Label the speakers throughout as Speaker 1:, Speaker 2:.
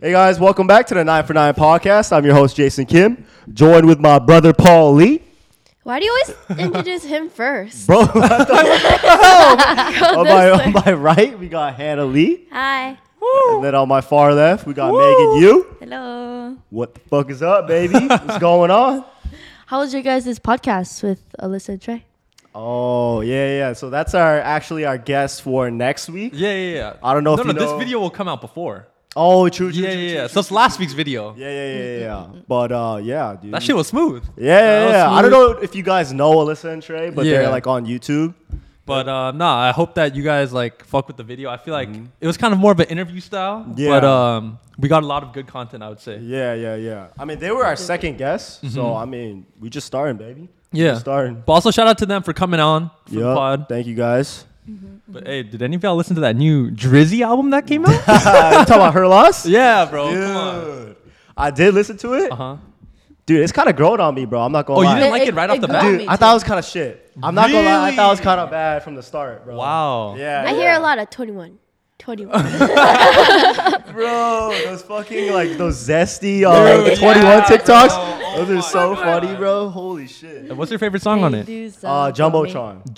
Speaker 1: Hey guys, welcome back to the Nine for Nine podcast. I'm your host Jason Kim, joined with my brother Paul Lee.
Speaker 2: Why do you always introduce him first?
Speaker 1: Bro, on
Speaker 2: Go
Speaker 1: my,
Speaker 2: this
Speaker 1: on
Speaker 2: way.
Speaker 1: my right we got Hannah Lee,
Speaker 2: Hi.
Speaker 1: and then on my far left we got Megan Yu.
Speaker 2: Hello.
Speaker 1: What the fuck is up, baby? What's going on?
Speaker 2: How was your guys' podcast with Alyssa and Trey?
Speaker 1: Oh yeah, yeah. So that's our actually our guest for next week.
Speaker 3: Yeah, yeah, yeah.
Speaker 1: I don't know
Speaker 3: No,
Speaker 1: if
Speaker 3: no,
Speaker 1: you
Speaker 3: this
Speaker 1: know-
Speaker 3: video will come out before.
Speaker 1: Oh, true, true, true,
Speaker 3: Yeah, yeah,
Speaker 1: true,
Speaker 3: yeah.
Speaker 1: true.
Speaker 3: So it's last week's video.
Speaker 1: yeah, yeah, yeah, yeah, yeah. But uh, yeah, dude.
Speaker 3: That shit was smooth.
Speaker 1: yeah, yeah,
Speaker 3: That was
Speaker 1: yeah. I don't
Speaker 3: smooth.
Speaker 1: know if you guys know Alyssa and Trey, but they're
Speaker 3: Yeah.
Speaker 1: like on YouTube.
Speaker 3: But uh, nah, I hope that you guys like fuck with the video. I feel like it was kind of more of an interview style.
Speaker 1: Mm-hmm. Yeah.
Speaker 3: But um, we got a lot of good content, I would say.
Speaker 1: Yeah, yeah, yeah. I mean, they were our second guest,
Speaker 3: Mm-hmm.
Speaker 1: so I mean, we just starting, baby. We
Speaker 3: Yeah.
Speaker 1: just starting.
Speaker 3: But also shout out to them for coming on for the
Speaker 1: Yeah,
Speaker 3: pod.
Speaker 1: thank you guys.
Speaker 3: But hey, did any of y'all listen to that new Drizzy album that came out?
Speaker 1: Uh, you talking about her loss?
Speaker 3: yeah, bro. Come on.
Speaker 1: I did listen to it,
Speaker 3: Uh huh.
Speaker 1: dude. It's kind of grown on me, bro. I'm not gonna
Speaker 3: Oh, you
Speaker 1: lie.
Speaker 3: didn't like it right off the
Speaker 2: grew
Speaker 3: bat?
Speaker 2: on
Speaker 1: dude,
Speaker 2: me
Speaker 1: I
Speaker 2: too.
Speaker 1: thought it was kind of shit. I'm not gonna lie. I thought it was
Speaker 3: Really?
Speaker 1: kind of bad from the start, bro.
Speaker 3: Wow.
Speaker 1: Yeah.
Speaker 2: I
Speaker 1: yeah.
Speaker 2: hear a lot of 21. 21.
Speaker 1: bro. Those fucking like those zesty uh,
Speaker 3: Dude,
Speaker 1: 21
Speaker 3: yeah,
Speaker 1: TikToks.
Speaker 3: bro. Oh
Speaker 1: those are
Speaker 3: my
Speaker 1: so
Speaker 3: God.
Speaker 1: funny, bro. Holy shit.
Speaker 3: And What's your favorite song on it?
Speaker 1: Uh, Jumbotron.
Speaker 3: Jumbotron.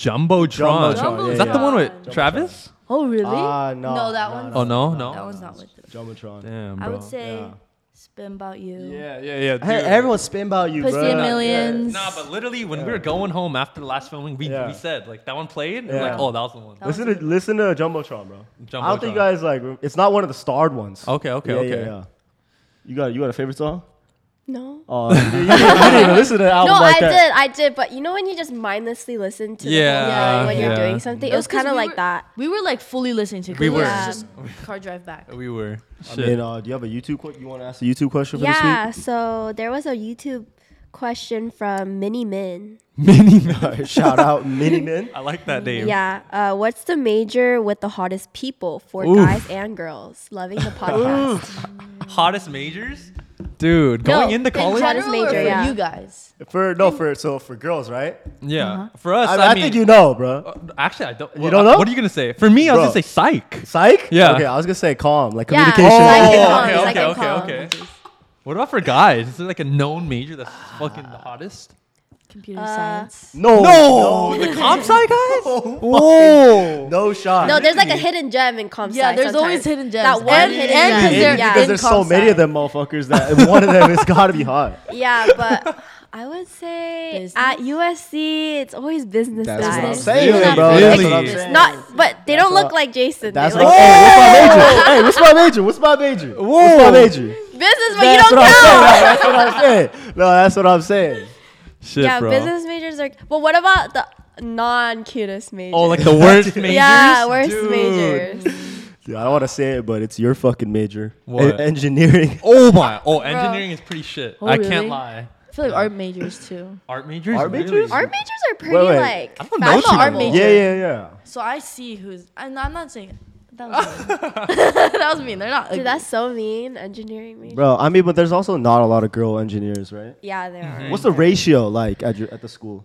Speaker 1: Jumbotron, yeah,
Speaker 3: Is that
Speaker 1: yeah.
Speaker 3: the one with Travis?
Speaker 2: Oh, really?
Speaker 1: Ah, no.
Speaker 4: No, that
Speaker 1: no,
Speaker 4: one's-
Speaker 1: no.
Speaker 3: Oh no, no.
Speaker 4: That one's not with it.
Speaker 1: Jumbotron.
Speaker 3: Damn, bro.
Speaker 4: I would say
Speaker 1: Yeah.
Speaker 4: Spin About You.
Speaker 3: Yeah, yeah, yeah.
Speaker 1: Hey,
Speaker 3: dude.
Speaker 1: everyone spin about you,
Speaker 4: Pussy
Speaker 1: bro.
Speaker 4: in Millions.
Speaker 3: Nah, but literally when we were going home after the last filming, we,
Speaker 1: Yeah.
Speaker 3: we said like that one played, and we're
Speaker 1: Yeah.
Speaker 3: like oh that was the one.
Speaker 4: That was
Speaker 1: Listen to listen to Jumbotron, bro. I don't think
Speaker 3: Jumbotron.
Speaker 1: you guys like. It's not one of the starred ones.
Speaker 3: Okay, okay,
Speaker 1: Yeah,
Speaker 3: okay.
Speaker 1: Yeah, yeah. You got you got a favorite song?
Speaker 2: No.
Speaker 1: Oh, you, didn't- you didn't, you didn't even listen to the
Speaker 2: No,
Speaker 1: album
Speaker 2: I
Speaker 1: Oh, like that.
Speaker 2: did. I did. But you know when you just mindlessly listen to
Speaker 3: Yeah,
Speaker 2: the whole thing when
Speaker 3: yeah.
Speaker 2: you're doing something? It
Speaker 4: That's
Speaker 2: was
Speaker 4: 'cause
Speaker 2: kind of
Speaker 4: we
Speaker 2: like
Speaker 4: were-
Speaker 2: that.
Speaker 4: We were like fully listening to. 'cause
Speaker 3: We
Speaker 4: it
Speaker 3: were.
Speaker 4: was just car drive back.
Speaker 3: We were.
Speaker 1: I
Speaker 3: Shit.
Speaker 1: mean, uh, do you have a YouTube? que- You want to ask a YouTube question for
Speaker 2: Yeah. So there was a YouTube question from Mini Min.
Speaker 3: Mini.
Speaker 1: this week? Shout out Mini Min.
Speaker 3: I like that name.
Speaker 2: Yeah. Uh, what's the major with the hottest people for
Speaker 3: Oof.
Speaker 2: guys and girls? Loving the podcast.
Speaker 3: Hottest majors. Dude, going into college.
Speaker 2: general-
Speaker 4: Hottest major,
Speaker 2: for
Speaker 4: yeah.
Speaker 2: you
Speaker 4: you guys.
Speaker 1: For no, for so for girls, right?
Speaker 3: yeah. For us,
Speaker 1: Uh-huh. I,
Speaker 3: I,
Speaker 1: I,
Speaker 3: mean,
Speaker 1: think you know, bro.
Speaker 3: Uh, Actually, I don't.
Speaker 1: You don't know?
Speaker 3: What are you gonna say? For me, I was
Speaker 1: Bro.
Speaker 3: gonna say psych.
Speaker 1: Psych.
Speaker 3: Yeah.
Speaker 1: Okay, I was gonna say calm, like
Speaker 2: Yeah,
Speaker 1: communication.
Speaker 2: like
Speaker 3: Oh,
Speaker 2: in
Speaker 3: okay,
Speaker 2: comms, like
Speaker 3: okay,
Speaker 2: in
Speaker 3: okay,
Speaker 2: comms.
Speaker 3: okay. What about for guys? Is there like a known major that's fucking the hottest?
Speaker 4: Computer science.
Speaker 1: no,
Speaker 3: No, the comp sci guys. Whoa.
Speaker 1: no shot.
Speaker 2: No, there's like a hidden gem in comp
Speaker 4: Yeah,
Speaker 2: sci
Speaker 4: there's
Speaker 2: sometimes.
Speaker 4: always hidden gems.
Speaker 2: That one
Speaker 4: And-
Speaker 2: hidden
Speaker 4: and 'cause
Speaker 2: gem.
Speaker 4: they're-
Speaker 2: yeah.
Speaker 1: because there's so
Speaker 4: comp
Speaker 1: many
Speaker 4: sci.
Speaker 1: of them motherfuckers that one of them is gotta be hot.
Speaker 2: yeah, but I would say
Speaker 4: Business?
Speaker 2: at USC, it's always business
Speaker 1: That's
Speaker 2: guys.
Speaker 1: what I'm
Speaker 3: Really?
Speaker 1: saying, bro. That's what I'm
Speaker 3: Really?
Speaker 2: It's
Speaker 1: saying.
Speaker 2: not, but they don't
Speaker 1: what
Speaker 2: look
Speaker 1: I-
Speaker 2: like Jason.
Speaker 1: That's
Speaker 2: they
Speaker 1: what I'm
Speaker 2: look
Speaker 1: saying. Hey, what's my major? What's my major? What's my major? What's my
Speaker 3: Whoa.
Speaker 1: major?
Speaker 2: business, but you
Speaker 1: That's
Speaker 2: don't
Speaker 1: what I'm
Speaker 2: count.
Speaker 1: saying. That's what I'm saying. No, that's what I'm saying.
Speaker 3: Shit,
Speaker 2: yeah,
Speaker 3: bro.
Speaker 2: business majors are. But what about the non-cutest majors?
Speaker 3: Oh, like the worst majors.
Speaker 2: yeah, worst
Speaker 3: Dude.
Speaker 2: majors.
Speaker 1: Dude, I don't want to say it, but it's your fucking major.
Speaker 3: What?
Speaker 1: E- engineering.
Speaker 3: Oh my! Oh, engineering is pretty shit.
Speaker 4: Oh,
Speaker 3: I can't
Speaker 4: really?
Speaker 3: lie.
Speaker 4: I feel like art majors too.
Speaker 3: Art majors.
Speaker 1: Art
Speaker 3: Really?
Speaker 1: majors?
Speaker 2: Art majors are pretty
Speaker 1: wait.
Speaker 2: like.
Speaker 3: I don't know
Speaker 4: I'm
Speaker 3: too
Speaker 4: an art
Speaker 3: much.
Speaker 4: major.
Speaker 1: Yeah, yeah, yeah.
Speaker 4: So I see who's. I'm, I'm not saying. That was mean. that was mean. They're not.
Speaker 2: Dude,
Speaker 4: ugly.
Speaker 2: that's so mean. Engineering major.
Speaker 1: Bro, I mean, but there's also not a lot of girl engineers, right?
Speaker 2: Yeah, there are.
Speaker 1: What's the ratio like at your at the school?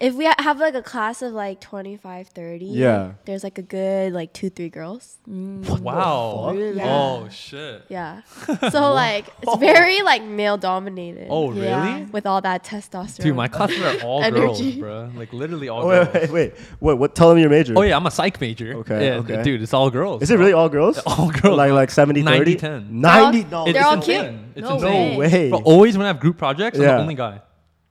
Speaker 2: If we ha- have like a class of like 25, 30,
Speaker 1: Yeah.
Speaker 2: there's like a good like two, three girls.
Speaker 3: Wow.
Speaker 1: Really?
Speaker 2: Yeah.
Speaker 3: Oh shit.
Speaker 2: Yeah. So like it's very like male dominated.
Speaker 3: Oh really?
Speaker 4: Yeah.
Speaker 2: With all that testosterone.
Speaker 3: Dude, my classes are all girls,
Speaker 2: Energy.
Speaker 3: bro. Like literally all
Speaker 1: Oh, wait,
Speaker 3: girls.
Speaker 1: wait, wait. Wait, what? Tell them your major.
Speaker 3: Oh yeah, I'm a psych major.
Speaker 1: Okay,
Speaker 3: Yeah,
Speaker 1: okay.
Speaker 3: Dude, it's all girls.
Speaker 1: Is it really all girls?
Speaker 3: All girls.
Speaker 1: Like like 70
Speaker 3: 90,
Speaker 1: 30?
Speaker 3: 10.
Speaker 1: 90
Speaker 2: They're
Speaker 1: no.
Speaker 2: all-
Speaker 3: It-
Speaker 2: they're
Speaker 3: it's
Speaker 2: all
Speaker 3: insane. It's
Speaker 4: No
Speaker 3: insane.
Speaker 1: no way.
Speaker 3: But
Speaker 1: Oh,
Speaker 3: always when I have group projects, I'm
Speaker 1: Yeah.
Speaker 3: the only guy.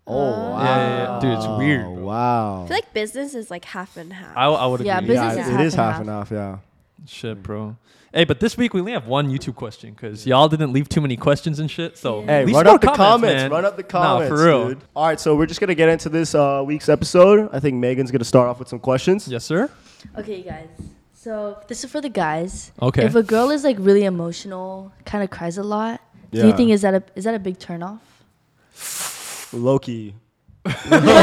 Speaker 1: wow.
Speaker 3: Yeah, yeah, yeah. Dude, it's weird. Bro.
Speaker 1: Wow.
Speaker 2: I feel like business is like half and half.
Speaker 3: I, I would agree.
Speaker 4: Yeah,
Speaker 1: yeah,
Speaker 4: business is
Speaker 1: it
Speaker 4: half
Speaker 1: is
Speaker 4: and
Speaker 1: half
Speaker 4: half.
Speaker 1: and half, yeah.
Speaker 3: Shit, bro. Hey, but this week we only have one YouTube question because y'all didn't leave too many questions and shit. So
Speaker 1: Hey,
Speaker 3: at least
Speaker 1: run
Speaker 3: more
Speaker 1: up the comments.
Speaker 3: man.
Speaker 1: Run up the
Speaker 3: Nah,
Speaker 1: comments.
Speaker 3: for real.
Speaker 1: Dude. All right, so we're just gonna get into this uh, week's episode. I think Megan's gonna start off with some questions.
Speaker 3: Yes, sir.
Speaker 4: Okay, you guys. So this is for the guys.
Speaker 3: Okay.
Speaker 4: If a girl is like really emotional, kind of cries a lot, do you
Speaker 1: Yeah.
Speaker 4: think is that a is that a big turnoff?
Speaker 1: Loki.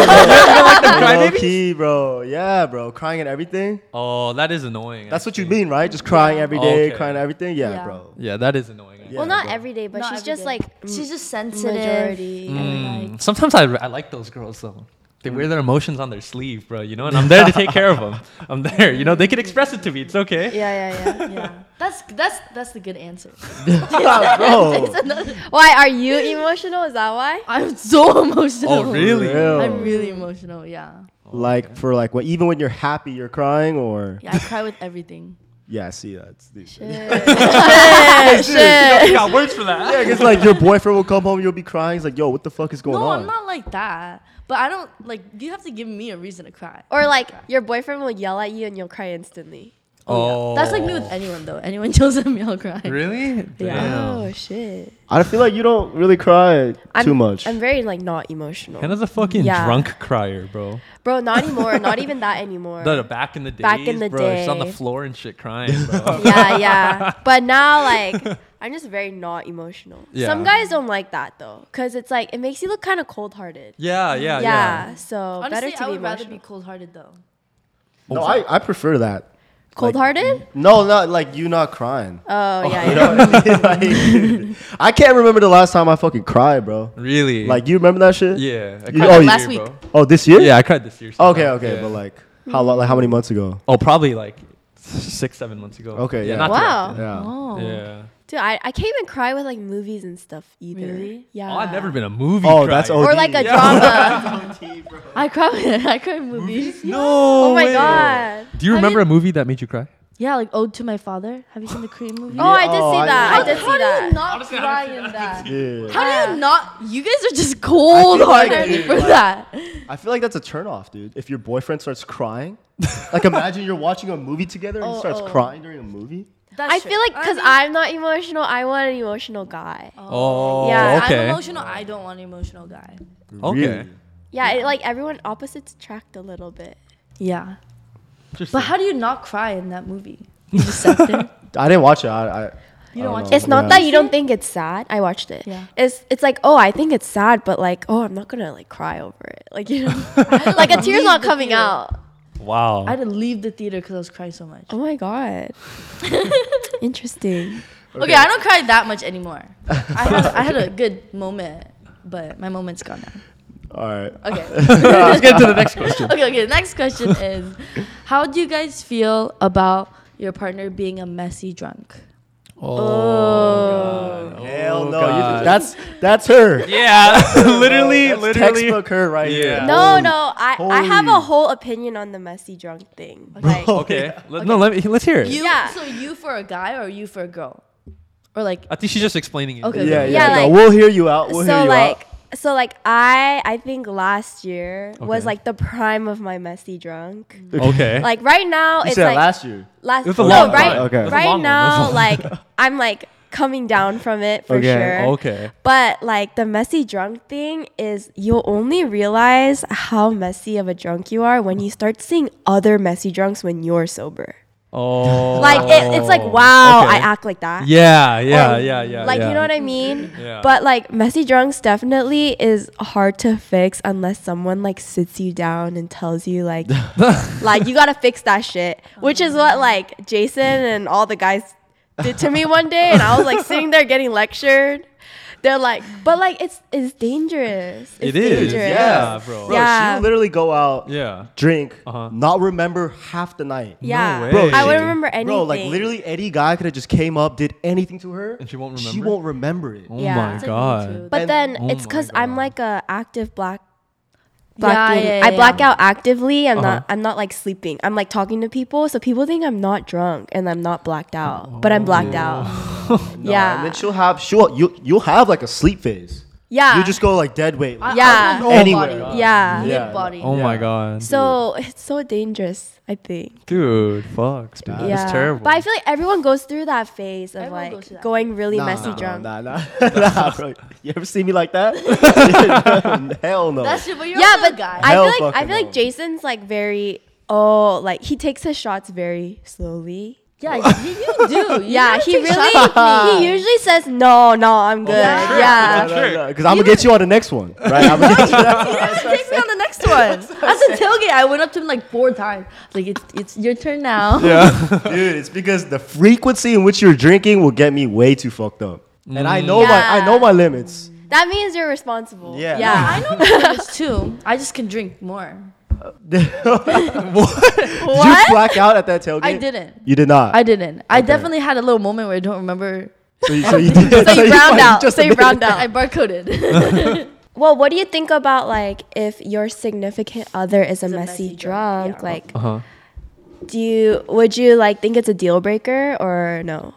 Speaker 3: Crybabies?
Speaker 1: Loki, bro. Yeah, bro. Crying at everything.
Speaker 3: Oh, that is annoying.
Speaker 1: That's what you
Speaker 3: actually.
Speaker 1: mean, right? Just crying every day,
Speaker 3: Okay.
Speaker 1: crying at everything. Yeah,
Speaker 4: Yeah.
Speaker 1: bro.
Speaker 3: Yeah, that is annoying. actually.
Speaker 1: Yeah,
Speaker 2: well, not
Speaker 1: bro.
Speaker 2: every day, but
Speaker 4: Not
Speaker 2: she's
Speaker 4: every
Speaker 2: just
Speaker 4: day.
Speaker 2: like
Speaker 4: She's just sensitive.
Speaker 2: majority.
Speaker 4: and, like,
Speaker 3: Sometimes I, I like those girls though. They wear their emotions on their sleeve, bro. You know, and I'm there to take care of them. I'm there. You know, they can express it to me. It's okay.
Speaker 2: Yeah, yeah, yeah.
Speaker 4: yeah. That's that's that's the good answer.
Speaker 1: Bro.
Speaker 2: why are you emotional? Is that why?
Speaker 4: I'm so emotional.
Speaker 3: Oh, really?
Speaker 1: Real.
Speaker 4: I'm really emotional. Yeah.
Speaker 1: Like for like what? Even when you're happy, you're crying, or
Speaker 4: Yeah, I cry with everything.
Speaker 1: yeah, I see that's the
Speaker 3: You got words for that.
Speaker 1: Yeah, it's like your boyfriend will come home, you'll be crying. It's like, yo, what the fuck is going
Speaker 4: no,
Speaker 1: on?
Speaker 4: I'm not like that. But I don't like. You have to give me a reason to cry.
Speaker 2: Or like your boyfriend will yell at you and you'll cry instantly.
Speaker 3: Oh,
Speaker 4: That's like me with anyone though. Anyone tells me I'll cry.
Speaker 3: Really?
Speaker 2: Oh shit.
Speaker 1: I feel like you don't really cry
Speaker 2: I'm,
Speaker 1: too much.
Speaker 2: I'm very like not emotional.
Speaker 3: Hannah's a fucking
Speaker 2: Yeah.
Speaker 3: drunk crier, bro.
Speaker 2: Bro, not anymore. not even that anymore.
Speaker 3: No, no, back in the days,
Speaker 2: Back in the
Speaker 3: bro. She's on the
Speaker 2: day.
Speaker 3: floor and shit crying, bro.
Speaker 2: yeah, yeah. But now, like, I'm just very not emotional.
Speaker 3: Yeah.
Speaker 2: Some guys don't like that though, because it's like it makes you look kind of cold hearted.
Speaker 3: yeah, yeah, yeah.
Speaker 2: So
Speaker 4: Honestly,
Speaker 2: Oh, better to
Speaker 4: I
Speaker 2: be
Speaker 4: would rather
Speaker 2: emotional.
Speaker 4: be cold-hearted though.
Speaker 1: no, I, I prefer that.
Speaker 2: cold hearted.
Speaker 1: No, not like you not crying.
Speaker 2: oh yeah.
Speaker 1: You
Speaker 2: yeah.
Speaker 1: know what I mean? Like, I can't remember the last time I fucking cried, bro.
Speaker 3: Really?
Speaker 1: Like you remember that shit?
Speaker 3: yeah. I
Speaker 1: You-
Speaker 3: cried
Speaker 1: oh,
Speaker 3: this
Speaker 1: you-
Speaker 4: Last week.
Speaker 3: bro.
Speaker 1: Oh, this year?
Speaker 3: Yeah, I cried this year.
Speaker 1: Okay,
Speaker 3: sometime.
Speaker 1: okay,
Speaker 3: Yeah.
Speaker 1: but like how long? Like how many months ago?
Speaker 3: oh, probably like six, seven months ago.
Speaker 1: Okay, yeah.
Speaker 3: not too
Speaker 2: Wow.
Speaker 3: often.
Speaker 1: Yeah.
Speaker 4: Oh.
Speaker 3: Yeah.
Speaker 2: Dude, I, I can't even cry with like movies and stuff either.
Speaker 4: Really?
Speaker 2: Yeah.
Speaker 3: Oh, I've never been a movie.
Speaker 1: Oh,
Speaker 3: crier.
Speaker 1: that's
Speaker 2: Or
Speaker 1: OD.
Speaker 2: like a
Speaker 1: Yeah.
Speaker 2: drama.
Speaker 4: I cry. With, I cry in movies.
Speaker 3: No.
Speaker 2: oh my
Speaker 3: way.
Speaker 2: god.
Speaker 3: Do you
Speaker 4: I
Speaker 3: remember a movie that made you cry?
Speaker 4: Yeah, like Ode to My Father. Have you seen the Korean movie?
Speaker 2: Oh, I did
Speaker 1: Oh, I-
Speaker 2: see that. I, did
Speaker 4: How
Speaker 2: see
Speaker 4: do you
Speaker 2: that.
Speaker 4: not cry in that?
Speaker 1: Yeah.
Speaker 4: How do
Speaker 2: Yeah.
Speaker 4: you not? You guys are just cold-hearted
Speaker 1: dude,
Speaker 4: for
Speaker 1: like-
Speaker 4: that.
Speaker 1: I feel like that's a turnoff, dude. If your boyfriend starts crying, like imagine you're watching a movie together and he
Speaker 4: Oh,
Speaker 1: starts
Speaker 4: oh.
Speaker 1: crying during a movie.
Speaker 4: That's
Speaker 2: I
Speaker 4: true.
Speaker 2: feel like because
Speaker 4: mean-
Speaker 2: I'm not emotional, I want an emotional guy.
Speaker 3: Oh,
Speaker 2: Yeah,
Speaker 3: okay.
Speaker 4: I'm emotional. I don't want an emotional guy.
Speaker 3: okay.
Speaker 1: Really?
Speaker 2: Yeah, it, like everyone opposites attract a little bit.
Speaker 4: Yeah.
Speaker 3: Just
Speaker 4: But how do you not cry in that movie? You just sat there.
Speaker 1: I didn't watch it. I, I
Speaker 4: You
Speaker 1: don't
Speaker 4: don't watch
Speaker 1: know.
Speaker 4: it.
Speaker 2: It's not
Speaker 1: Yeah.
Speaker 2: that you don't think it's sad. I watched it.
Speaker 4: Yeah.
Speaker 2: It's it's like oh I think it's sad, but like oh I'm not gonna like cry over it. Like you know, like a tear's
Speaker 4: believe
Speaker 2: not
Speaker 4: the
Speaker 2: coming
Speaker 4: theater.
Speaker 2: out.
Speaker 3: wow.
Speaker 4: I had to leave the theater because I was crying so much.
Speaker 2: Oh my god. Interesting.
Speaker 4: Okay, I don't cry that much anymore. I had, I had a good moment, but my moment's gone now.
Speaker 1: all right.
Speaker 4: Okay.
Speaker 3: Let's get to the next question.
Speaker 4: okay, okay. The next question is How do you guys feel about your partner being a messy drunk?
Speaker 2: Oh.
Speaker 3: Oh, God.
Speaker 1: Hell
Speaker 3: Oh,
Speaker 1: no.
Speaker 3: God.
Speaker 1: You, that's that's her.
Speaker 3: yeah, literally,
Speaker 1: That's
Speaker 3: literally.
Speaker 1: textbook her right
Speaker 3: Yeah.
Speaker 1: here.
Speaker 2: No, no, I, I have a
Speaker 1: Oh, holy.
Speaker 2: whole opinion on the messy drunk thing. Like,
Speaker 3: Okay. Let, no, let me, let's hear it.
Speaker 4: You,
Speaker 2: Yeah.
Speaker 4: So you for a guy or you for a girl? Or like,
Speaker 3: I think she's just explaining it.
Speaker 4: Okay.
Speaker 1: Yeah, yeah.
Speaker 2: Yeah,
Speaker 1: no,
Speaker 2: like-
Speaker 1: we'll hear you out. We'll hear
Speaker 2: so
Speaker 1: you
Speaker 2: like
Speaker 1: out.
Speaker 2: so like I I think last year was
Speaker 3: Okay.
Speaker 2: like the prime of my messy drunk.
Speaker 3: Okay.
Speaker 2: Like right now
Speaker 1: You
Speaker 2: it's
Speaker 1: said
Speaker 2: like
Speaker 1: last year.
Speaker 2: last
Speaker 3: It was a
Speaker 2: no,
Speaker 3: long
Speaker 2: right
Speaker 1: one. Okay. It was a
Speaker 2: right
Speaker 3: long one. It
Speaker 2: now
Speaker 3: was a
Speaker 2: like I'm like coming down from it for
Speaker 1: Okay.
Speaker 2: sure.
Speaker 3: okay.
Speaker 2: But like the messy drunk thing is you'll only realize how messy of a drunk you are when you start seeing other messy drunks when you're sober.
Speaker 3: Oh.
Speaker 2: Like it, it's like wow, I
Speaker 3: Okay.
Speaker 2: act like that.
Speaker 3: Yeah, yeah,
Speaker 2: Or,
Speaker 3: yeah, yeah.
Speaker 2: Like
Speaker 3: yeah.
Speaker 2: you know what I mean?
Speaker 3: Yeah.
Speaker 2: But like messy drunks definitely is hard to fix unless someone like sits you down and tells you like like you gotta fix that shit. Which is
Speaker 1: Oh.
Speaker 2: what like Jason and all the guys did to me one day and I was like sitting there getting lectured. They're like, but like it's it's dangerous. It's
Speaker 3: It is,
Speaker 2: dangerous.
Speaker 3: yeah, bro.
Speaker 1: Bro,
Speaker 2: Yeah.
Speaker 1: she literally go out,
Speaker 3: Yeah.
Speaker 1: drink,
Speaker 3: Uh-huh.
Speaker 1: not remember half the night.
Speaker 2: Yeah.
Speaker 3: way.
Speaker 1: Bro,
Speaker 2: I
Speaker 1: she-
Speaker 2: wouldn't remember anything.
Speaker 1: Bro, like literally any guy could have just came up, did anything to her,
Speaker 3: And she won't
Speaker 1: She
Speaker 3: remember?
Speaker 1: won't remember it.
Speaker 3: Oh
Speaker 2: Yeah.
Speaker 3: my
Speaker 2: It's
Speaker 4: like me too.
Speaker 3: god.
Speaker 2: But
Speaker 1: And-
Speaker 2: then
Speaker 3: Oh
Speaker 2: it's
Speaker 3: my
Speaker 2: because I'm
Speaker 3: God.
Speaker 2: like a active black.
Speaker 4: Yeah,
Speaker 2: Black lady.
Speaker 4: yeah,
Speaker 2: I
Speaker 4: yeah.
Speaker 2: black out actively. I'm
Speaker 3: Uh-huh.
Speaker 2: not. I'm not like sleeping. I'm like talking to people, so people think I'm not drunk and I'm not blacked out, but I'm blacked out.
Speaker 1: Oh, No,
Speaker 2: yeah.
Speaker 1: And then she'll have she'll you you'll have like a sleep phase.
Speaker 2: Yeah.
Speaker 1: You just go like dead weight.
Speaker 4: I-
Speaker 1: like,
Speaker 2: Yeah.
Speaker 4: I'll go
Speaker 1: Anywhere.
Speaker 4: mid-body.
Speaker 2: Yeah.
Speaker 1: Yeah.
Speaker 4: Mid-body.
Speaker 3: Oh my
Speaker 1: Yeah.
Speaker 3: god.
Speaker 2: So it's so dangerous. I think.
Speaker 3: Dude, fuck. dude.
Speaker 1: Yeah.
Speaker 3: That's terrible.
Speaker 2: But I feel like everyone goes through that phase of
Speaker 4: Everyone goes
Speaker 2: like
Speaker 4: through that
Speaker 2: going really
Speaker 1: nah,
Speaker 2: messy
Speaker 1: nah,
Speaker 2: drunk.
Speaker 1: Nah, nah, nah, bro. You ever see me like that? Hell no.
Speaker 4: That's your, but you're
Speaker 2: Yeah,
Speaker 4: also a
Speaker 2: but
Speaker 4: guy.
Speaker 2: I
Speaker 1: Hell
Speaker 2: feel like I
Speaker 1: fucking
Speaker 2: feel like
Speaker 1: no.
Speaker 2: Jason's like very oh like he takes his shots very slowly.
Speaker 4: yeah, you, you do. You
Speaker 2: Yeah,
Speaker 4: do
Speaker 2: he
Speaker 4: take
Speaker 2: really he usually says no, no, I'm good.
Speaker 1: yeah,
Speaker 3: sure.
Speaker 2: yeah.
Speaker 3: Yeah, sure.
Speaker 1: Because I'm gonna get you on the next one, right? I'm gonna get you
Speaker 4: Take me on the next one. At the tailgate, I went up to him like four times. Like it's it's your turn now.
Speaker 3: yeah.
Speaker 1: Dude, it's because the frequency in which you're drinking will get me way too fucked up. And I know my I know my limits.
Speaker 2: That means you're responsible.
Speaker 1: Yeah.
Speaker 2: Yeah.
Speaker 4: I know this too. I just can drink more.
Speaker 1: Did you black out at that tailgate?
Speaker 4: I didn't.
Speaker 1: You did not.
Speaker 4: I didn't. I definitely had a little moment where I don't remember.
Speaker 1: so you, so you did.
Speaker 2: So you browned
Speaker 1: like
Speaker 2: out.
Speaker 1: just
Speaker 2: So you
Speaker 1: admitted-
Speaker 2: browned out.
Speaker 4: I barcoded.
Speaker 2: Well, what do you think about like if your significant other is a,
Speaker 4: a
Speaker 2: messy,
Speaker 4: messy drunk,
Speaker 2: drunk?
Speaker 4: yeah.
Speaker 2: Like,
Speaker 3: Uh huh.
Speaker 2: do you would you like think it's a deal breaker or no?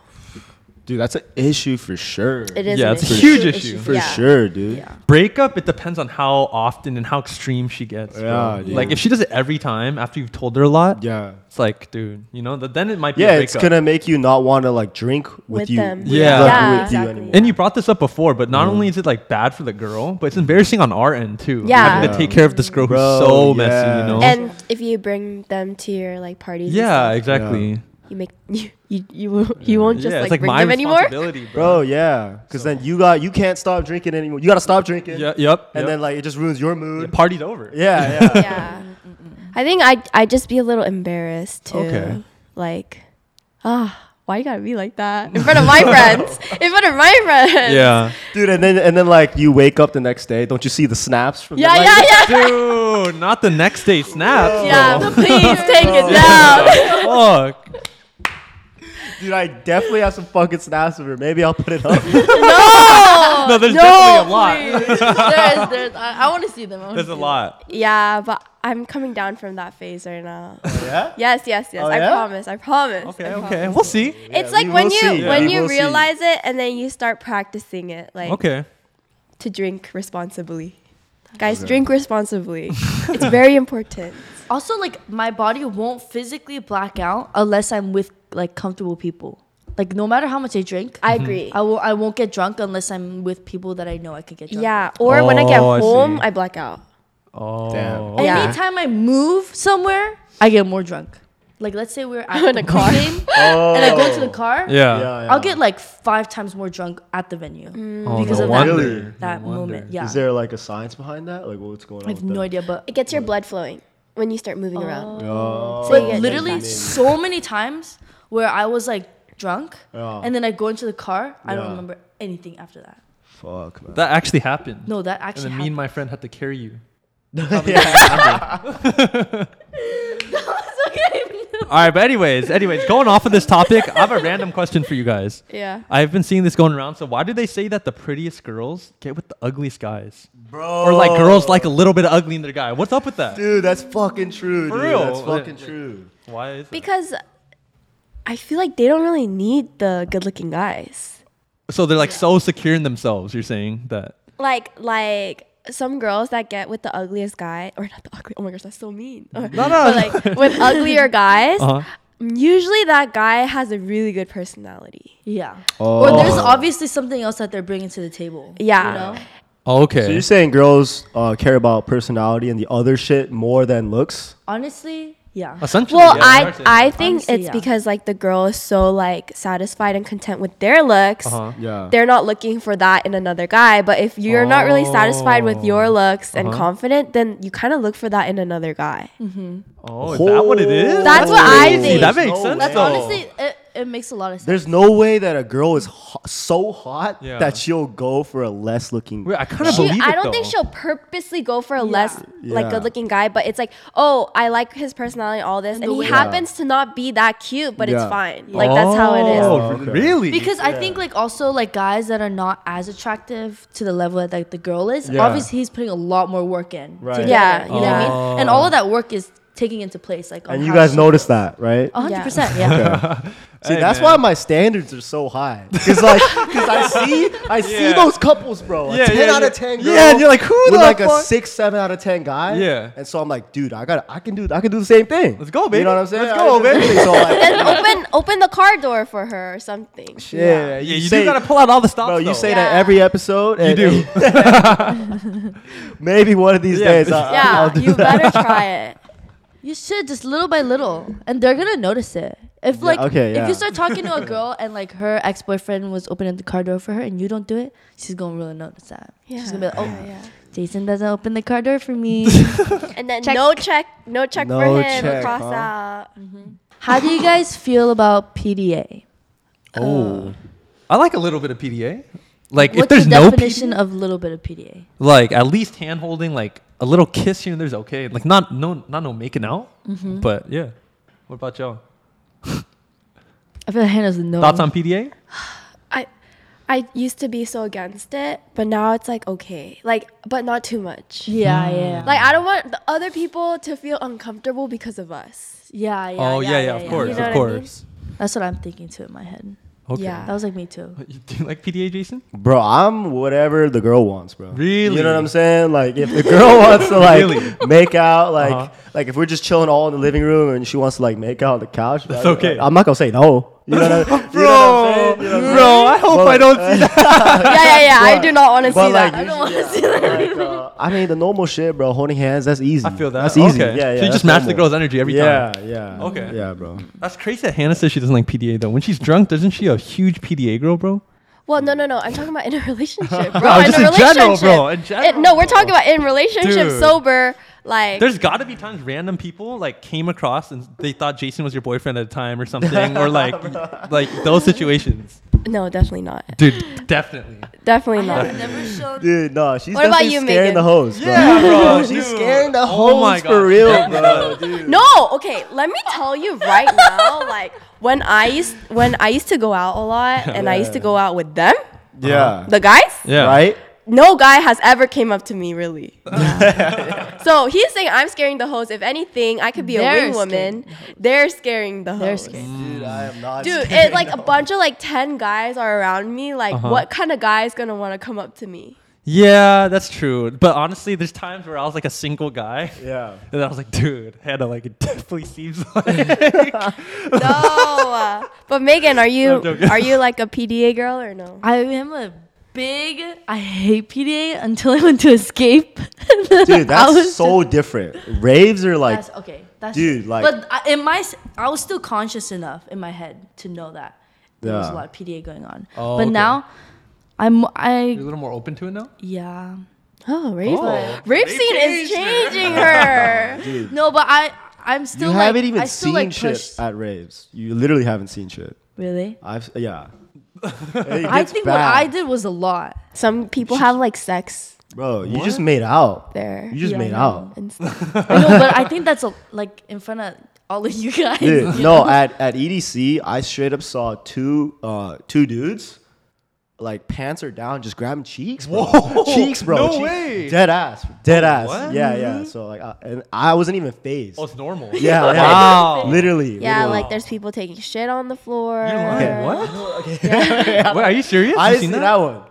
Speaker 1: Dude, that's an issue for sure.
Speaker 2: It is
Speaker 3: Yeah,
Speaker 2: an
Speaker 3: it's
Speaker 2: issue.
Speaker 3: a huge issue.
Speaker 1: For
Speaker 2: yeah.
Speaker 1: sure, dude.
Speaker 4: Yeah.
Speaker 3: Breakup, it depends on how often and how extreme she gets. bro.
Speaker 1: Yeah, dude.
Speaker 3: Like if she does it every time after you've told her a lot,
Speaker 1: Yeah.
Speaker 3: it's like, dude, you know, th- then it might be
Speaker 1: Yeah,
Speaker 3: a
Speaker 1: it's
Speaker 3: breakup.
Speaker 1: gonna make you not want to like drink with,
Speaker 2: With
Speaker 1: you.
Speaker 2: them.
Speaker 3: Yeah.
Speaker 1: like,
Speaker 2: Yeah.
Speaker 1: with you
Speaker 4: Exactly.
Speaker 1: anymore.
Speaker 3: and you brought this up before, but
Speaker 1: Mm.
Speaker 3: not only is it like bad for the girl, but it's embarrassing on our end too.
Speaker 2: Yeah.
Speaker 3: having to
Speaker 1: Yeah.
Speaker 3: take care of this girl
Speaker 1: Bro,
Speaker 3: who's so messy,
Speaker 1: yeah.
Speaker 3: you know.
Speaker 2: And if you bring them to your like parties, and
Speaker 3: yeah,
Speaker 2: stuff,
Speaker 3: exactly.
Speaker 2: you make you you you, won't- you won't just
Speaker 3: yeah,
Speaker 2: like,
Speaker 3: it's like
Speaker 2: bring
Speaker 3: my
Speaker 2: them anymore.
Speaker 3: responsibility,
Speaker 1: bro. Yeah, because then you got you can't stop drinking anymore. You gotta stop drinking.
Speaker 3: Yeah, yep.
Speaker 1: And
Speaker 3: yep.
Speaker 1: then like it just ruins your mood.
Speaker 3: partied over.
Speaker 1: Yeah, yeah.
Speaker 2: Yeah, I think I I would just be a little embarrassed too.
Speaker 3: Okay.
Speaker 2: Like, ah. why you gotta be like that in front of my friends? In front of my friends.
Speaker 3: Yeah.
Speaker 1: dude. And then and then like you wake up the next day. Don't you see the snaps? From
Speaker 2: Yeah,
Speaker 1: the,
Speaker 2: yeah, yeah.
Speaker 3: Dude, not the next day snaps.
Speaker 2: Yeah,
Speaker 3: bro.
Speaker 2: please take it down.
Speaker 3: Fuck.
Speaker 1: Dude, I definitely have some fucking snaps of her. Maybe I'll put it up.
Speaker 4: no.
Speaker 3: No, there's
Speaker 2: No,
Speaker 3: definitely Oh, a lot.
Speaker 4: there is, there's, I, I want to see them. I wanna
Speaker 3: There's
Speaker 4: see
Speaker 3: a
Speaker 4: them.
Speaker 3: lot.
Speaker 2: Yeah, but I'm coming down from that phase right now.
Speaker 1: yeah.
Speaker 2: Yes, yes, yes.
Speaker 1: Oh,
Speaker 2: I
Speaker 1: yeah?
Speaker 2: promise. I promise. I
Speaker 3: Okay,
Speaker 2: promise.
Speaker 3: okay. We'll see.
Speaker 2: It's
Speaker 1: Yeah,
Speaker 2: like
Speaker 1: we
Speaker 2: when
Speaker 1: will
Speaker 2: you
Speaker 1: see.
Speaker 2: when
Speaker 1: We
Speaker 2: you
Speaker 1: will see.
Speaker 2: realize it and then you start practicing it, like
Speaker 3: Okay.
Speaker 2: to drink responsibly. Guys, drink responsibly. it's very important.
Speaker 4: Also, like my body won't physically black out unless I'm with like comfortable people. Like no matter how much I drink,
Speaker 2: I agree.
Speaker 4: I will. I won't get drunk unless I'm with people that I know I could get drunk.
Speaker 2: yeah, or when I get
Speaker 3: Oh, I see.
Speaker 2: home, I, black out.
Speaker 3: Oh.
Speaker 1: Damn.
Speaker 4: with.
Speaker 2: Yeah.
Speaker 4: Anytime I move somewhere, I get more drunk. Like let's say we're at
Speaker 2: In
Speaker 4: the
Speaker 2: a car.
Speaker 4: venue
Speaker 1: Oh.
Speaker 4: and I go to the car.
Speaker 3: Yeah.
Speaker 1: Yeah, yeah.
Speaker 4: I'll get like five times more drunk at the venue
Speaker 2: Mm.
Speaker 3: Oh,
Speaker 4: because
Speaker 3: no
Speaker 4: of
Speaker 1: wonder.
Speaker 4: that,
Speaker 1: Really?
Speaker 4: that
Speaker 3: No
Speaker 4: moment.
Speaker 3: wonder.
Speaker 4: Yeah,
Speaker 1: Is there like a science behind that? Like what's going on?
Speaker 4: I have
Speaker 1: with
Speaker 4: no
Speaker 1: that?
Speaker 4: idea, but
Speaker 2: It gets
Speaker 3: Mm.
Speaker 2: your blood flowing when you start moving around.
Speaker 1: Oh.
Speaker 2: So you get
Speaker 4: but literally
Speaker 2: drunk faster.
Speaker 4: so many times where I was like drunk
Speaker 1: Yeah.
Speaker 4: and then I go into the car. I
Speaker 1: Yeah.
Speaker 4: don't remember anything after that.
Speaker 1: Fuck man.
Speaker 3: That actually happened.
Speaker 4: No, that
Speaker 3: And
Speaker 4: actually
Speaker 3: then me and
Speaker 4: happened.
Speaker 3: my friend had to carry you. All right, but anyways, anyways, going off of this topic, I have a random question for you guys.
Speaker 2: Yeah.
Speaker 3: I've been seeing this going around. So why do they say that the prettiest girls get with the ugliest guys,
Speaker 1: Bro.
Speaker 3: or like girls like a little bit of ugly in their guy? What's up with that?
Speaker 1: Dude, that's fucking true.
Speaker 3: For
Speaker 1: dude.
Speaker 3: real.
Speaker 1: That's fucking
Speaker 3: Like-
Speaker 1: true.
Speaker 3: Why is it?
Speaker 2: Because I feel like they don't really need the good-looking guys.
Speaker 3: So they're like so secure in themselves. You're saying that?
Speaker 2: like like some girls that get with the ugliest guy or not the ugly oh my gosh that's so mean no, no.
Speaker 3: no.
Speaker 2: like with uglier guys
Speaker 3: Uh-huh.
Speaker 2: usually that guy has a really good personality
Speaker 4: Yeah.
Speaker 1: Oh.
Speaker 4: Or there's obviously something else that they're bringing to the table.
Speaker 2: Yeah.
Speaker 4: You know?
Speaker 3: Oh, Okay.
Speaker 1: So you're saying girls uh, care about personality and the other shit more than looks?
Speaker 4: Honestly, yeah.
Speaker 3: Essentially.
Speaker 2: well
Speaker 3: yeah, they are saying
Speaker 2: i i
Speaker 3: that.
Speaker 2: think
Speaker 4: Honestly,
Speaker 2: it's
Speaker 4: yeah.
Speaker 2: because like the girl is so like satisfied and content with their looks
Speaker 3: Uh-huh.
Speaker 1: Yeah.
Speaker 2: they're not looking for that in another guy but if you're not really satisfied with your
Speaker 3: Oh.
Speaker 2: looks and
Speaker 3: Uh-huh.
Speaker 2: confident then you kind of look for that in another guy
Speaker 3: Oh, is that what it is?
Speaker 2: That's what I
Speaker 3: crazy.
Speaker 2: think.
Speaker 3: That makes sense.
Speaker 4: That's
Speaker 3: though.
Speaker 4: honestly, it, it makes a lot of sense.
Speaker 1: There's no way that a girl is ho- so hot
Speaker 3: Yeah.
Speaker 1: that she'll go for a less looking.
Speaker 3: Wait, I kind of
Speaker 2: She-
Speaker 3: believe it.
Speaker 2: I don't think
Speaker 3: though.
Speaker 2: she'll purposely go for a less like
Speaker 1: Yeah.
Speaker 2: good looking guy, but it's like, oh, I like his personality, and all this, and,
Speaker 4: the
Speaker 2: he
Speaker 4: way- Yeah.
Speaker 2: happens to not be that cute, but
Speaker 1: Yeah.
Speaker 2: it's fine. Like that's how
Speaker 3: Oh,
Speaker 2: it is.
Speaker 1: okay.
Speaker 3: Really?
Speaker 4: because I think like also like guys that are not as attractive to the level that like the girl is,
Speaker 3: Yeah.
Speaker 4: obviously he's putting a lot more work in.
Speaker 1: Right. Oh.
Speaker 4: to get
Speaker 2: Yeah,
Speaker 4: there, you know what I mean? And all of that work is taking into place like on
Speaker 1: and you
Speaker 4: how
Speaker 1: guys
Speaker 4: she-
Speaker 1: noticed that, right?
Speaker 4: A 100%, yeah.
Speaker 1: See,
Speaker 3: Oh. Hey,
Speaker 1: that's
Speaker 3: man.
Speaker 1: why my standards are so high. Cause like, cause I see, I see
Speaker 3: Yeah.
Speaker 1: those couples, bro. A
Speaker 3: Yeah,
Speaker 1: ten
Speaker 3: yeah,
Speaker 1: out
Speaker 3: yeah.
Speaker 1: of ten. Girl
Speaker 3: Yeah, and you're like, who
Speaker 1: with
Speaker 3: the
Speaker 1: like a
Speaker 3: fuck?
Speaker 1: six, seven out of ten guy.
Speaker 3: Yeah.
Speaker 1: And so I'm like, dude, I got, to I can do, I can do the same thing.
Speaker 3: Let's go, baby.
Speaker 1: You know what I'm saying?
Speaker 3: Let's go,
Speaker 1: I-
Speaker 3: baby.
Speaker 1: So like,
Speaker 2: Then open open the car door for her or something.
Speaker 1: shit.
Speaker 3: Yeah, you,
Speaker 1: say-
Speaker 3: do gotta pull out all the stops.
Speaker 1: Bro, you
Speaker 3: though.
Speaker 1: say
Speaker 2: Yeah.
Speaker 1: that every episode.
Speaker 3: you
Speaker 1: and-
Speaker 3: do.
Speaker 1: Maybe one of these
Speaker 3: Yeah.
Speaker 1: days. I, I'll
Speaker 2: Yeah,
Speaker 1: do
Speaker 2: you
Speaker 1: that.
Speaker 2: better try it.
Speaker 4: You should just little by little, and they're gonna notice it. If like
Speaker 1: okay,
Speaker 4: if
Speaker 1: yeah.
Speaker 4: you start talking to a girl and like her ex boyfriend was opening the car door for her and you don't do it, she's gonna really notice that. She's gonna be like, oh, Jason doesn't open the car door for me.
Speaker 2: And then
Speaker 4: Check.
Speaker 2: no check, no check
Speaker 1: No
Speaker 2: for him.
Speaker 1: check,
Speaker 2: cross
Speaker 1: huh?
Speaker 2: out.
Speaker 4: How do you guys feel about PDA?
Speaker 1: oh.
Speaker 3: I like a little bit of PDA. Like if
Speaker 4: What's
Speaker 3: there's
Speaker 4: the
Speaker 3: no
Speaker 4: definition of little bit of PDA?
Speaker 3: like at least hand holding, like a little kiss here and there's okay. Like not no not no making out,
Speaker 2: Mm-hmm.
Speaker 3: but yeah. What about y'all?
Speaker 4: I feel like Hannah's a no.
Speaker 3: Thoughts on PDA?
Speaker 2: I I used to be so against it, but now it's like okay, like but not too much.
Speaker 4: Yeah, yeah.
Speaker 2: Like I don't want the other people to feel uncomfortable because of us.
Speaker 4: yeah, yeah.
Speaker 3: oh yeah, yeah, of course,
Speaker 2: You know
Speaker 3: of
Speaker 2: what I mean?
Speaker 3: course.
Speaker 4: That's what I'm thinking too in my head.
Speaker 3: Okay.
Speaker 2: Yeah.
Speaker 4: That was like me too.
Speaker 3: Do you like PDA, Jason?
Speaker 1: Bro, I'm whatever the girl wants, bro.
Speaker 3: Really?
Speaker 1: You know what I'm saying? Like if the girl wants to like
Speaker 3: Really?
Speaker 1: make out, like
Speaker 3: Uh-huh.
Speaker 1: like if we're just chilling all in the living room and she wants to like make out on the couch, that's
Speaker 3: okay.
Speaker 1: I'm not gonna say no. You know what, I, you know what I'm saying? You know what I'm saying?
Speaker 3: I hope
Speaker 1: Well,
Speaker 3: don't see that.
Speaker 2: yeah, yeah, yeah. I
Speaker 1: But-
Speaker 2: do not want to see
Speaker 1: but, like,
Speaker 2: that. I don't want
Speaker 1: usually,
Speaker 2: to see that.
Speaker 1: Like, uh, I mean the normal shit, bro. Holding hands, that's easy.
Speaker 3: I feel that.
Speaker 1: That's easy.
Speaker 3: Okay.
Speaker 1: Yeah, yeah.
Speaker 3: So you
Speaker 1: that's
Speaker 3: just match the
Speaker 1: normal.
Speaker 3: girl's energy every
Speaker 1: yeah,
Speaker 3: time.
Speaker 1: yeah.
Speaker 3: Okay.
Speaker 1: Yeah, bro.
Speaker 3: That's crazy that Hannah says she doesn't like PDA though. When she's drunk, doesn't she a huge PDA girl, bro?
Speaker 2: Well, no, no, no. I'm talking about in a relationship, bro.
Speaker 3: No,
Speaker 2: in
Speaker 3: Oh, just
Speaker 2: a
Speaker 3: in general,
Speaker 2: relationship,
Speaker 3: bro. In
Speaker 2: It-
Speaker 3: general,
Speaker 2: no, we're
Speaker 3: bro.
Speaker 2: talking about in relationship,
Speaker 3: Dude.
Speaker 2: sober, like.
Speaker 3: There's got to be times random people like came across and they thought Jason was your boyfriend at a time or something, or like like those situations.
Speaker 2: no, definitely not.
Speaker 3: Dude, definitely.
Speaker 2: Definitely
Speaker 4: I
Speaker 2: not.
Speaker 4: have never shown.
Speaker 1: Dude, no, she's
Speaker 2: What about
Speaker 1: definitely
Speaker 2: you,
Speaker 1: scaring
Speaker 2: Megan?
Speaker 1: the hoes, bro.
Speaker 3: bro.
Speaker 1: She's
Speaker 3: dude.
Speaker 1: scaring the hoes
Speaker 3: Oh my
Speaker 1: for
Speaker 3: God,
Speaker 1: real, bro.
Speaker 3: definitely.
Speaker 1: Dude.
Speaker 2: No, okay. Let me tell you right now, like when I used when I used to go out a lot, and I used to
Speaker 1: Yeah.
Speaker 2: go out with them,
Speaker 1: Yeah.
Speaker 2: the guys.
Speaker 3: Yeah.
Speaker 1: Right?
Speaker 2: No guy has ever came up to me really. so he's saying I'm scaring the hoes. If anything, I could be
Speaker 4: They're
Speaker 2: a wing woman.
Speaker 4: scaring
Speaker 2: They're scaring the hoes.
Speaker 4: They're scared.
Speaker 1: Dude, I am not
Speaker 2: Dude, it, like a bunch of like ten guys are around me. Like, what kind of guy is gonna want to come up to me?
Speaker 3: Yeah, that's true. But honestly, there's times where I was like a single guy.
Speaker 1: Yeah.
Speaker 3: And I was like, dude, Hannah, like, it definitely seems like.
Speaker 2: No. uh, but Megan, are you
Speaker 3: I'm joking.
Speaker 2: are you like a PDA girl or no?
Speaker 4: I am a big. I hate PDA until I went to escape.
Speaker 1: Dude, that's so different. Raves are like,
Speaker 4: That's okay. That's
Speaker 1: Dude, like-
Speaker 4: But I, in my, s- I was still conscious enough in my head to know that there was a
Speaker 1: Yeah.
Speaker 4: lot of PDA going on.
Speaker 3: Oh,
Speaker 4: but
Speaker 3: okay.
Speaker 4: now, I'm. I
Speaker 3: little more open to it now?
Speaker 4: yeah.
Speaker 2: Oh, rave.
Speaker 3: Oh,
Speaker 2: rave
Speaker 3: they
Speaker 2: scene is
Speaker 3: changed her.
Speaker 2: changing her.
Speaker 1: dude,
Speaker 4: No, but I. I'm still.
Speaker 1: you
Speaker 4: like,
Speaker 1: haven't even
Speaker 4: I still
Speaker 1: seen
Speaker 4: like
Speaker 1: shit
Speaker 4: push-
Speaker 1: at raves. You literally haven't seen shit.
Speaker 4: Really.
Speaker 1: I've, yeah.
Speaker 4: I think what I did was a lot.
Speaker 2: Some people have like sex
Speaker 1: Bro, you just made out.
Speaker 2: there
Speaker 1: You just
Speaker 4: Yeah, I
Speaker 1: made
Speaker 4: know.
Speaker 1: out.
Speaker 2: and stuff.
Speaker 4: I know, but I think that's a, like in front of all of you guys.
Speaker 1: Dude,
Speaker 4: you
Speaker 1: no,
Speaker 4: know?
Speaker 1: at, at EDC, I straight up saw two uh, two dudes, like pants are down, just grabbing cheeks, bro.
Speaker 3: Whoa,
Speaker 1: cheeks, bro.
Speaker 3: no
Speaker 1: cheeks.
Speaker 3: way.
Speaker 1: Dead ass, dead ass.
Speaker 3: What?
Speaker 1: Yeah, yeah. So like, I, and I wasn't even phased.
Speaker 3: Oh, it's normal.
Speaker 1: Yeah, yeah.
Speaker 3: Wow.
Speaker 1: Literally.
Speaker 2: Yeah,
Speaker 1: literally.
Speaker 2: like there's people taking shit on the floor.
Speaker 3: You lying. What?
Speaker 1: Yeah.
Speaker 3: Wait, are you serious?
Speaker 1: I
Speaker 3: You
Speaker 1: didn't see that, one.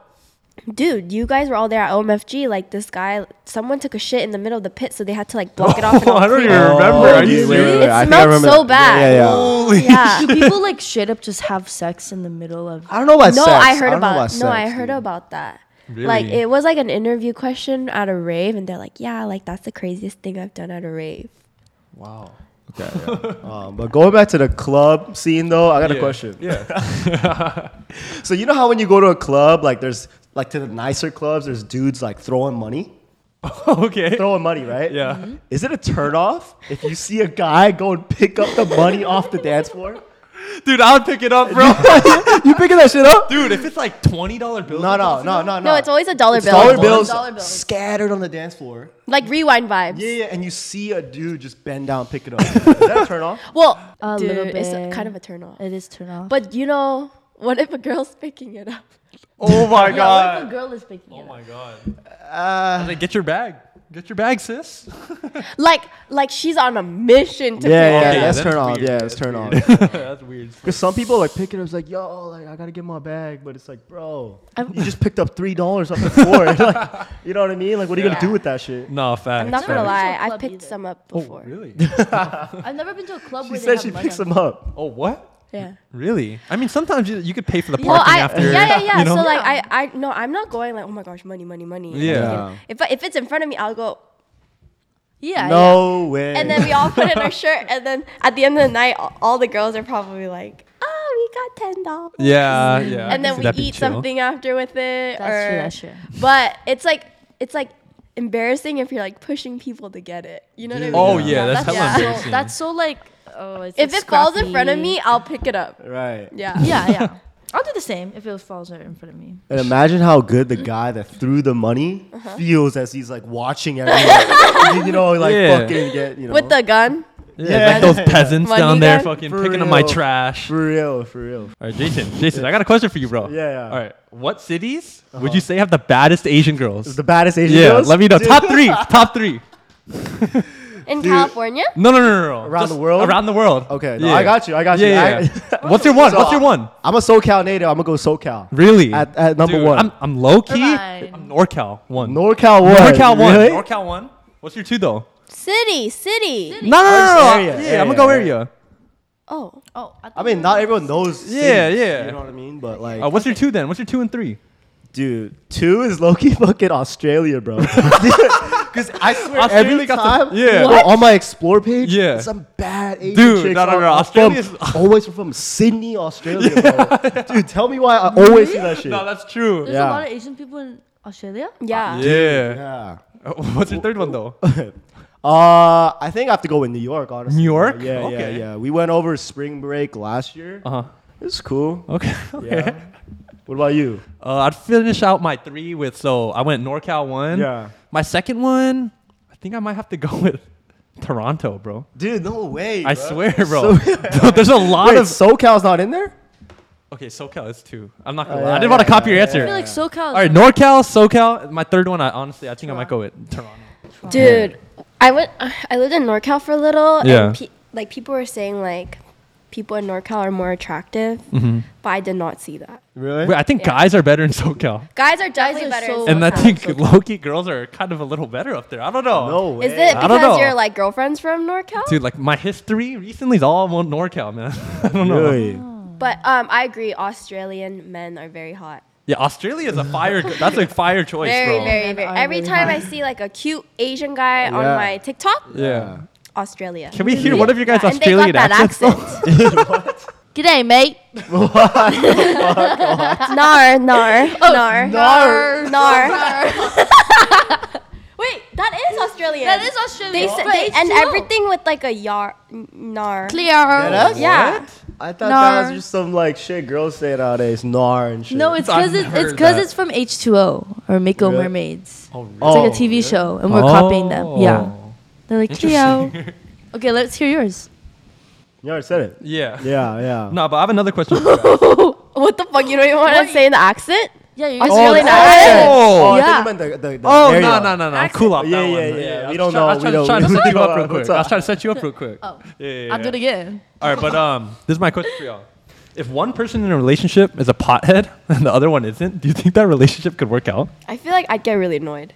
Speaker 2: Dude, you guys were all there at OMFG. Like this guy, someone took a shit in the middle of the pit, so they had to like block it off. And all
Speaker 3: I don't
Speaker 2: clean
Speaker 3: even
Speaker 1: Oh,
Speaker 2: up.
Speaker 3: remember. Are you
Speaker 1: dude, wait, wait,
Speaker 3: serious?
Speaker 1: wait,
Speaker 2: It
Speaker 1: I think I
Speaker 2: smelled
Speaker 1: remember.
Speaker 2: so bad.
Speaker 1: Yeah, yeah. yeah.
Speaker 3: Holy.
Speaker 2: Yeah.
Speaker 4: Do people like straight up just have sex in the middle of?
Speaker 1: I don't know about
Speaker 2: no,
Speaker 1: sex.
Speaker 2: I
Speaker 1: don't
Speaker 2: heard
Speaker 1: know
Speaker 2: about,
Speaker 1: sex,
Speaker 2: no, I heard
Speaker 1: dude.
Speaker 2: about that.
Speaker 3: Really?
Speaker 2: Like it was like an interview question at a rave, and they're like, "Yeah, like that's the craziest thing I've done at a rave."
Speaker 3: Wow.
Speaker 1: Okay, yeah. um, but going back to the club scene though, I got a question.
Speaker 3: Yeah.
Speaker 1: So you know how when you go to a club, like there's like to the nicer clubs, there's dudes like throwing money,
Speaker 3: okay.
Speaker 1: throwing money, right? Mm-hmm.
Speaker 3: Yeah.
Speaker 1: Is it a turnoff if you see a guy go and pick up the money off the dance floor?
Speaker 3: Dude, I would pick it up, bro.
Speaker 1: you picking that shit up?
Speaker 3: Dude, if it's like $20 bills.
Speaker 1: No, no, no, no, no.
Speaker 2: No, it's always a dollar
Speaker 1: It's
Speaker 2: bill.
Speaker 1: dollar
Speaker 2: It's
Speaker 1: bills,
Speaker 2: always dollar bills.
Speaker 1: scattered on the dance floor.
Speaker 2: Like rewind vibes.
Speaker 1: Yeah, yeah, and you see a dude just bend down, pick it up. Is that a turn off?
Speaker 2: Well,
Speaker 4: A
Speaker 2: dude,
Speaker 4: little bit.
Speaker 2: it's kind of a turn off.
Speaker 4: It is turn off.
Speaker 2: But you know, what if a girl's picking it up?
Speaker 3: Oh my
Speaker 4: yeah, what if
Speaker 3: God.
Speaker 4: a girl is picking
Speaker 3: Oh
Speaker 4: it up?
Speaker 3: my God.
Speaker 2: Uh,
Speaker 3: Like, get your bag. Get your bag, sis.
Speaker 2: Like, like she's on a mission to
Speaker 1: Yeah,
Speaker 2: pick
Speaker 1: yeah,
Speaker 2: it up.
Speaker 1: that's turn off. Yeah, that's
Speaker 3: that's
Speaker 1: turn off.
Speaker 3: weird. that's weird.
Speaker 1: Because some people like pick it up, it's like, yo, like I gotta get my bag, but it's like, bro,
Speaker 4: I'm-
Speaker 1: you just picked up three dollars off the floor. like, you know what I mean? Like, what are you gonna do
Speaker 4: Yeah.
Speaker 1: with that shit?
Speaker 3: No, facts.
Speaker 2: I'm not gonna
Speaker 3: facts.
Speaker 2: lie,
Speaker 4: It's no
Speaker 2: I
Speaker 4: club
Speaker 2: picked
Speaker 4: either.
Speaker 2: some up
Speaker 3: Oh,
Speaker 2: before.
Speaker 3: really?
Speaker 4: I've never been to a club
Speaker 1: She
Speaker 4: where they
Speaker 1: said
Speaker 4: have
Speaker 1: she
Speaker 4: money
Speaker 1: picks
Speaker 4: on
Speaker 1: them up.
Speaker 3: oh, what?
Speaker 2: Yeah.
Speaker 3: Really? I mean, sometimes you, you could pay for the parking
Speaker 2: Well, I
Speaker 3: after.
Speaker 2: yeah yeah yeah.
Speaker 3: you know?
Speaker 2: So like I I no, I'm not going like oh my gosh, money money money.
Speaker 3: Yeah.
Speaker 1: Yeah.
Speaker 2: If if it's in front of me, I'll go.
Speaker 4: Yeah. yeah.
Speaker 1: no way.
Speaker 2: And then we all put in our shirt, and then at the end of the night, all, all the girls are probably like, "Oh, we got ten dollars."
Speaker 3: Yeah, yeah.
Speaker 2: And
Speaker 3: I can
Speaker 2: then
Speaker 3: see
Speaker 2: we
Speaker 3: that being
Speaker 2: eat
Speaker 3: chill.
Speaker 2: something after with it.
Speaker 4: That's
Speaker 2: or,
Speaker 4: true, that's true.
Speaker 2: But it's like it's like embarrassing if you're like pushing people to get it. You know what I mean?
Speaker 3: Oh yeah, that's
Speaker 4: that's,
Speaker 3: hella
Speaker 2: yeah.
Speaker 4: so,
Speaker 3: embarrassing.
Speaker 4: that's so like. Oh, it's
Speaker 2: If
Speaker 4: like
Speaker 2: it falls in
Speaker 4: scrappy.
Speaker 2: front of me, I'll pick it up.
Speaker 1: right.
Speaker 2: Yeah.
Speaker 4: Yeah, yeah. I'll do the same if it falls right in front of me.
Speaker 1: And imagine how good the guy that threw the money feels as he's like watching everyone, you know, like
Speaker 3: Yeah.
Speaker 1: fucking get, you know,
Speaker 2: With the gun.
Speaker 3: Yeah, like
Speaker 1: Yeah.
Speaker 3: those peasants
Speaker 2: Money
Speaker 3: down there
Speaker 2: guy?
Speaker 3: fucking
Speaker 1: For
Speaker 3: picking up my
Speaker 1: real.
Speaker 3: trash.
Speaker 1: for real, for real.
Speaker 3: All right, Jason, Jason, I got a question for you, bro.
Speaker 1: Yeah, yeah.
Speaker 3: All right, what cities would you say have the baddest Asian girls?
Speaker 1: The baddest Asian
Speaker 3: yeah,
Speaker 1: girls?
Speaker 3: let me know.
Speaker 1: Dude.
Speaker 3: Top three. Top three.
Speaker 2: In
Speaker 1: Dude.
Speaker 2: California?
Speaker 3: No, no, no, no, no.
Speaker 1: Around
Speaker 3: Just
Speaker 1: the world?
Speaker 3: Around the world.
Speaker 1: Okay, no, I got you. I got you.
Speaker 3: Yeah, yeah,
Speaker 1: I-
Speaker 3: yeah. What's your one?
Speaker 1: So,
Speaker 3: What's your one?
Speaker 1: I'm a SoCal native. I'm gonna go SoCal.
Speaker 3: Really?
Speaker 1: At, at number
Speaker 3: Dude,
Speaker 1: one.
Speaker 3: I'm, I'm low key.
Speaker 4: Irvine.
Speaker 3: I'm NorCal one.
Speaker 1: NorCal one.
Speaker 3: NorCal one.
Speaker 1: Really?
Speaker 3: NorCal one. What's your two though?
Speaker 2: City, city.
Speaker 3: No, no, no,
Speaker 1: Just
Speaker 3: no.
Speaker 1: area,
Speaker 3: yeah,
Speaker 1: area,
Speaker 3: I'm gonna go
Speaker 1: area.
Speaker 3: area.
Speaker 2: Oh.
Speaker 4: Oh,
Speaker 1: I mean, not everyone knows.
Speaker 3: Yeah,
Speaker 1: cities,
Speaker 3: yeah.
Speaker 1: You know what I mean? But like,
Speaker 3: Uh, what's your two then? What's your two and three?
Speaker 1: dude, two is Loki fucking Australia, bro. Because I swear,
Speaker 3: Australia
Speaker 1: every
Speaker 3: got
Speaker 1: time,
Speaker 3: some- yeah.
Speaker 1: bro, on my explore page,
Speaker 3: Yeah.
Speaker 1: some bad Asian
Speaker 3: Dude,
Speaker 1: chicks
Speaker 3: no, no,
Speaker 1: are-
Speaker 3: no,
Speaker 1: are
Speaker 3: Australia's-
Speaker 1: from, always from Sydney, Australia, bro. dude, tell me why I always see that shit.
Speaker 3: No, that's true.
Speaker 4: There's
Speaker 1: Yeah.
Speaker 4: a lot of Asian people in Australia.
Speaker 2: Yeah.
Speaker 3: Yeah.
Speaker 1: yeah.
Speaker 3: Uh, What's your third one though?
Speaker 1: Uh, I think I have to go with New York, honestly.
Speaker 3: New York?
Speaker 1: Yeah,
Speaker 3: Okay.
Speaker 1: yeah, yeah. We went over spring break last year.
Speaker 3: Uh huh.
Speaker 1: It was cool.
Speaker 3: Okay. okay.
Speaker 1: Yeah. What about you?
Speaker 3: Uh, I'd finish out my three with so I went NorCal one.
Speaker 1: Yeah.
Speaker 3: My second one, I think I might have to go with Toronto, bro.
Speaker 1: Dude, no way.
Speaker 3: I swear, bro. There's a lot
Speaker 1: Wait,
Speaker 3: of
Speaker 1: SoCal's not in there?
Speaker 3: okay. SoCal is two. I'm not gonna
Speaker 1: Oh,
Speaker 3: lie. I
Speaker 1: yeah,
Speaker 3: didn't want to
Speaker 1: yeah,
Speaker 3: copy your
Speaker 1: yeah,
Speaker 3: answer.
Speaker 4: I feel like SoCal.
Speaker 3: All right, NorCal, SoCal. My third one, I honestly, I think I might go with Toronto.
Speaker 2: Dude, I went. I lived in NorCal for a little,
Speaker 3: Yeah.
Speaker 2: and pe- like people were saying, like people in NorCal are more attractive,
Speaker 3: Mm-hmm.
Speaker 2: but I did not see that.
Speaker 1: Really?
Speaker 3: Wait, I think guys are better in SoCal,
Speaker 2: Guys are definitely
Speaker 4: are
Speaker 2: better.
Speaker 4: so-
Speaker 2: in
Speaker 3: and I
Speaker 2: SoCal.
Speaker 3: think Loki girls are kind of a little better up there. I don't know.
Speaker 1: no way.
Speaker 2: is it
Speaker 3: I don't know.
Speaker 2: because your like girlfriend's from NorCal?
Speaker 3: Dude, like my history recently is all on NorCal, man. I don't know.
Speaker 1: Really?
Speaker 2: But um, I agree. Australian men are very hot.
Speaker 3: Yeah, Australia is a fire. that's a fire choice,
Speaker 2: Very,
Speaker 3: bro.
Speaker 2: very,
Speaker 4: Men
Speaker 2: very.
Speaker 4: are
Speaker 2: Every
Speaker 4: really
Speaker 2: time
Speaker 4: hot.
Speaker 2: I see like a cute Asian guy on
Speaker 1: Yeah.
Speaker 2: my TikTok,
Speaker 3: Yeah.
Speaker 2: Australia.
Speaker 3: Can we hear one of your guys'
Speaker 2: Yeah, and they got
Speaker 3: Australian
Speaker 2: that
Speaker 3: accents?
Speaker 2: accent.
Speaker 4: G'day, mate.
Speaker 2: nar, nar, Oh, nar,
Speaker 1: nar.
Speaker 2: nar. Wait, that is Australian.
Speaker 4: That is Australia.
Speaker 2: They, said they end everything with like a yar, n- nar.
Speaker 4: clear.
Speaker 1: ass?
Speaker 2: Yeah.
Speaker 1: I thought that was
Speaker 4: Nar.
Speaker 1: just some like shit girls say nowadays, gnar and shit.
Speaker 4: No, it's
Speaker 3: I've
Speaker 4: because it's
Speaker 3: never
Speaker 4: it's
Speaker 3: heard
Speaker 4: because
Speaker 3: that.
Speaker 4: it's from H2O or Make O
Speaker 1: Really?
Speaker 4: Mermaids.
Speaker 3: Oh, really?
Speaker 4: It's
Speaker 1: Oh,
Speaker 4: like a TV
Speaker 1: really?
Speaker 4: show, and we're copying them. Yeah,
Speaker 3: Oh.
Speaker 4: they're like Cleo. Okay, let's hear yours.
Speaker 1: You already said it.
Speaker 3: Yeah.
Speaker 1: Yeah, yeah.
Speaker 3: No, but I have another question. For you guys.
Speaker 2: What the fuck? You don't even want to say in the accent?
Speaker 4: Yeah, you
Speaker 1: Oh,
Speaker 2: Australian
Speaker 1: the
Speaker 2: accent.
Speaker 1: accent. Oh, I
Speaker 4: Yeah.
Speaker 1: think you meant the, the, the
Speaker 3: Oh
Speaker 1: area.
Speaker 3: no no no no! Cool off
Speaker 1: Yeah,
Speaker 3: that
Speaker 1: yeah,
Speaker 3: one.
Speaker 1: yeah, yeah. We don't
Speaker 3: I was
Speaker 1: know, we
Speaker 3: trying to- I
Speaker 1: don't-
Speaker 3: was trying to set you up real
Speaker 1: What's
Speaker 3: quick. I was
Speaker 1: up?
Speaker 3: trying to set you up real quick.
Speaker 4: Oh.
Speaker 3: Yeah, yeah,
Speaker 4: I'll do
Speaker 3: yeah.
Speaker 4: it again.
Speaker 3: All right, but um, this is my question for y'all. If one person in a relationship is a pothead and the other one isn't, do you think that relationship could work out?
Speaker 2: I feel like I'd get really annoyed.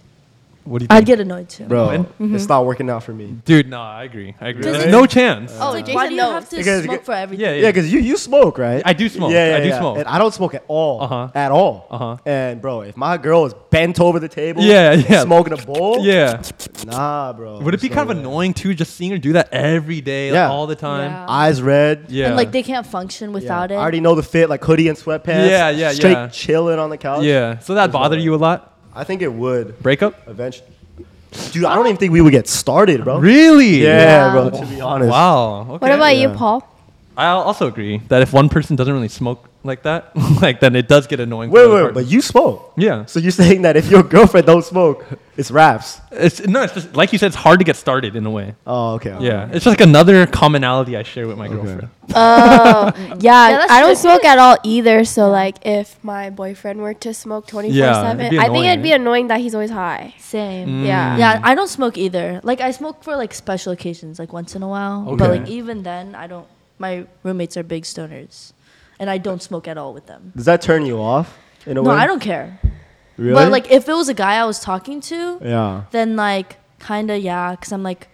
Speaker 3: What do you
Speaker 4: I'd
Speaker 3: think?
Speaker 4: get annoyed too.
Speaker 1: Bro,
Speaker 4: Mm-hmm.
Speaker 1: it's not working out for me.
Speaker 3: Dude, no, I agree. I agree.
Speaker 4: Does
Speaker 3: There's
Speaker 1: it-
Speaker 3: no chance.
Speaker 4: Oh,
Speaker 2: Jason
Speaker 4: why do you
Speaker 2: knows.
Speaker 4: have to
Speaker 1: Because-
Speaker 4: smoke for everything?
Speaker 3: yeah,
Speaker 1: Yeah,
Speaker 3: yeah.
Speaker 1: because you, you smoke, right?
Speaker 3: I do smoke.
Speaker 1: Yeah, yeah
Speaker 3: I do
Speaker 1: yeah.
Speaker 3: smoke.
Speaker 1: And I don't smoke at all.
Speaker 3: Uh-huh.
Speaker 1: At all.
Speaker 3: Uh-huh.
Speaker 1: And bro, if my girl is bent over the table,
Speaker 3: Yeah, yeah.
Speaker 1: smoking a bowl,
Speaker 3: yeah.
Speaker 1: nah, bro.
Speaker 3: Would it be
Speaker 1: there's
Speaker 3: kind of
Speaker 1: no way.
Speaker 3: annoying too, just seeing her do that every day, like,
Speaker 1: Yeah.
Speaker 3: all the time?
Speaker 4: Yeah.
Speaker 1: Eyes red.
Speaker 3: Yeah.
Speaker 4: And like they can't function
Speaker 1: Yeah.
Speaker 4: without
Speaker 1: I
Speaker 4: it.
Speaker 1: already know the fit, like hoodie and sweatpants.
Speaker 3: Yeah, yeah,
Speaker 1: Straight
Speaker 3: yeah.
Speaker 1: chilling on the couch.
Speaker 3: yeah. So that
Speaker 1: no
Speaker 3: bother
Speaker 1: way.
Speaker 3: you a lot?
Speaker 1: I think it would
Speaker 3: Breakup?
Speaker 1: eventually. Dude, I don't even think we would get started, bro.
Speaker 3: Really?
Speaker 1: Yeah, bro. To be honest.
Speaker 3: Wow. Okay.
Speaker 2: What about you,
Speaker 1: Yeah.
Speaker 2: Paul?
Speaker 3: I also agree that if one person doesn't really smoke like that, like then it does get annoying. for
Speaker 1: Wait,
Speaker 3: the
Speaker 1: wait,
Speaker 3: other
Speaker 1: wait,
Speaker 3: person.
Speaker 1: but you smoke.
Speaker 3: yeah,
Speaker 1: So you're saying that if your girlfriend don't smoke, it's raps.
Speaker 3: it's no, it's just like you said, it's hard to get started in a way.
Speaker 1: Oh, okay. okay.
Speaker 3: Yeah, it's just like another commonality I share with my girlfriend.
Speaker 2: Yeah,
Speaker 4: Yeah, that's
Speaker 2: I don't
Speaker 4: true.
Speaker 2: smoke at all either. So like, if my boyfriend were to smoke twenty four
Speaker 3: it'd
Speaker 2: seven,
Speaker 3: be
Speaker 2: I think
Speaker 3: annoying,
Speaker 2: it'd be
Speaker 3: right?
Speaker 2: annoying that he's always high.
Speaker 4: Same.
Speaker 2: Yeah.
Speaker 4: Yeah, I don't smoke either. Like I smoke for like special occasions, like once in a while. But
Speaker 3: Okay.
Speaker 4: like even then, I don't. My roommates are big stoners, and I don't smoke at all with them.
Speaker 1: Does that turn you off in a
Speaker 4: No,
Speaker 1: way?
Speaker 4: I don't care.
Speaker 1: Really?
Speaker 4: But like if it was a guy I was talking to,
Speaker 1: yeah.
Speaker 4: then like kinda yeah, because I'm like.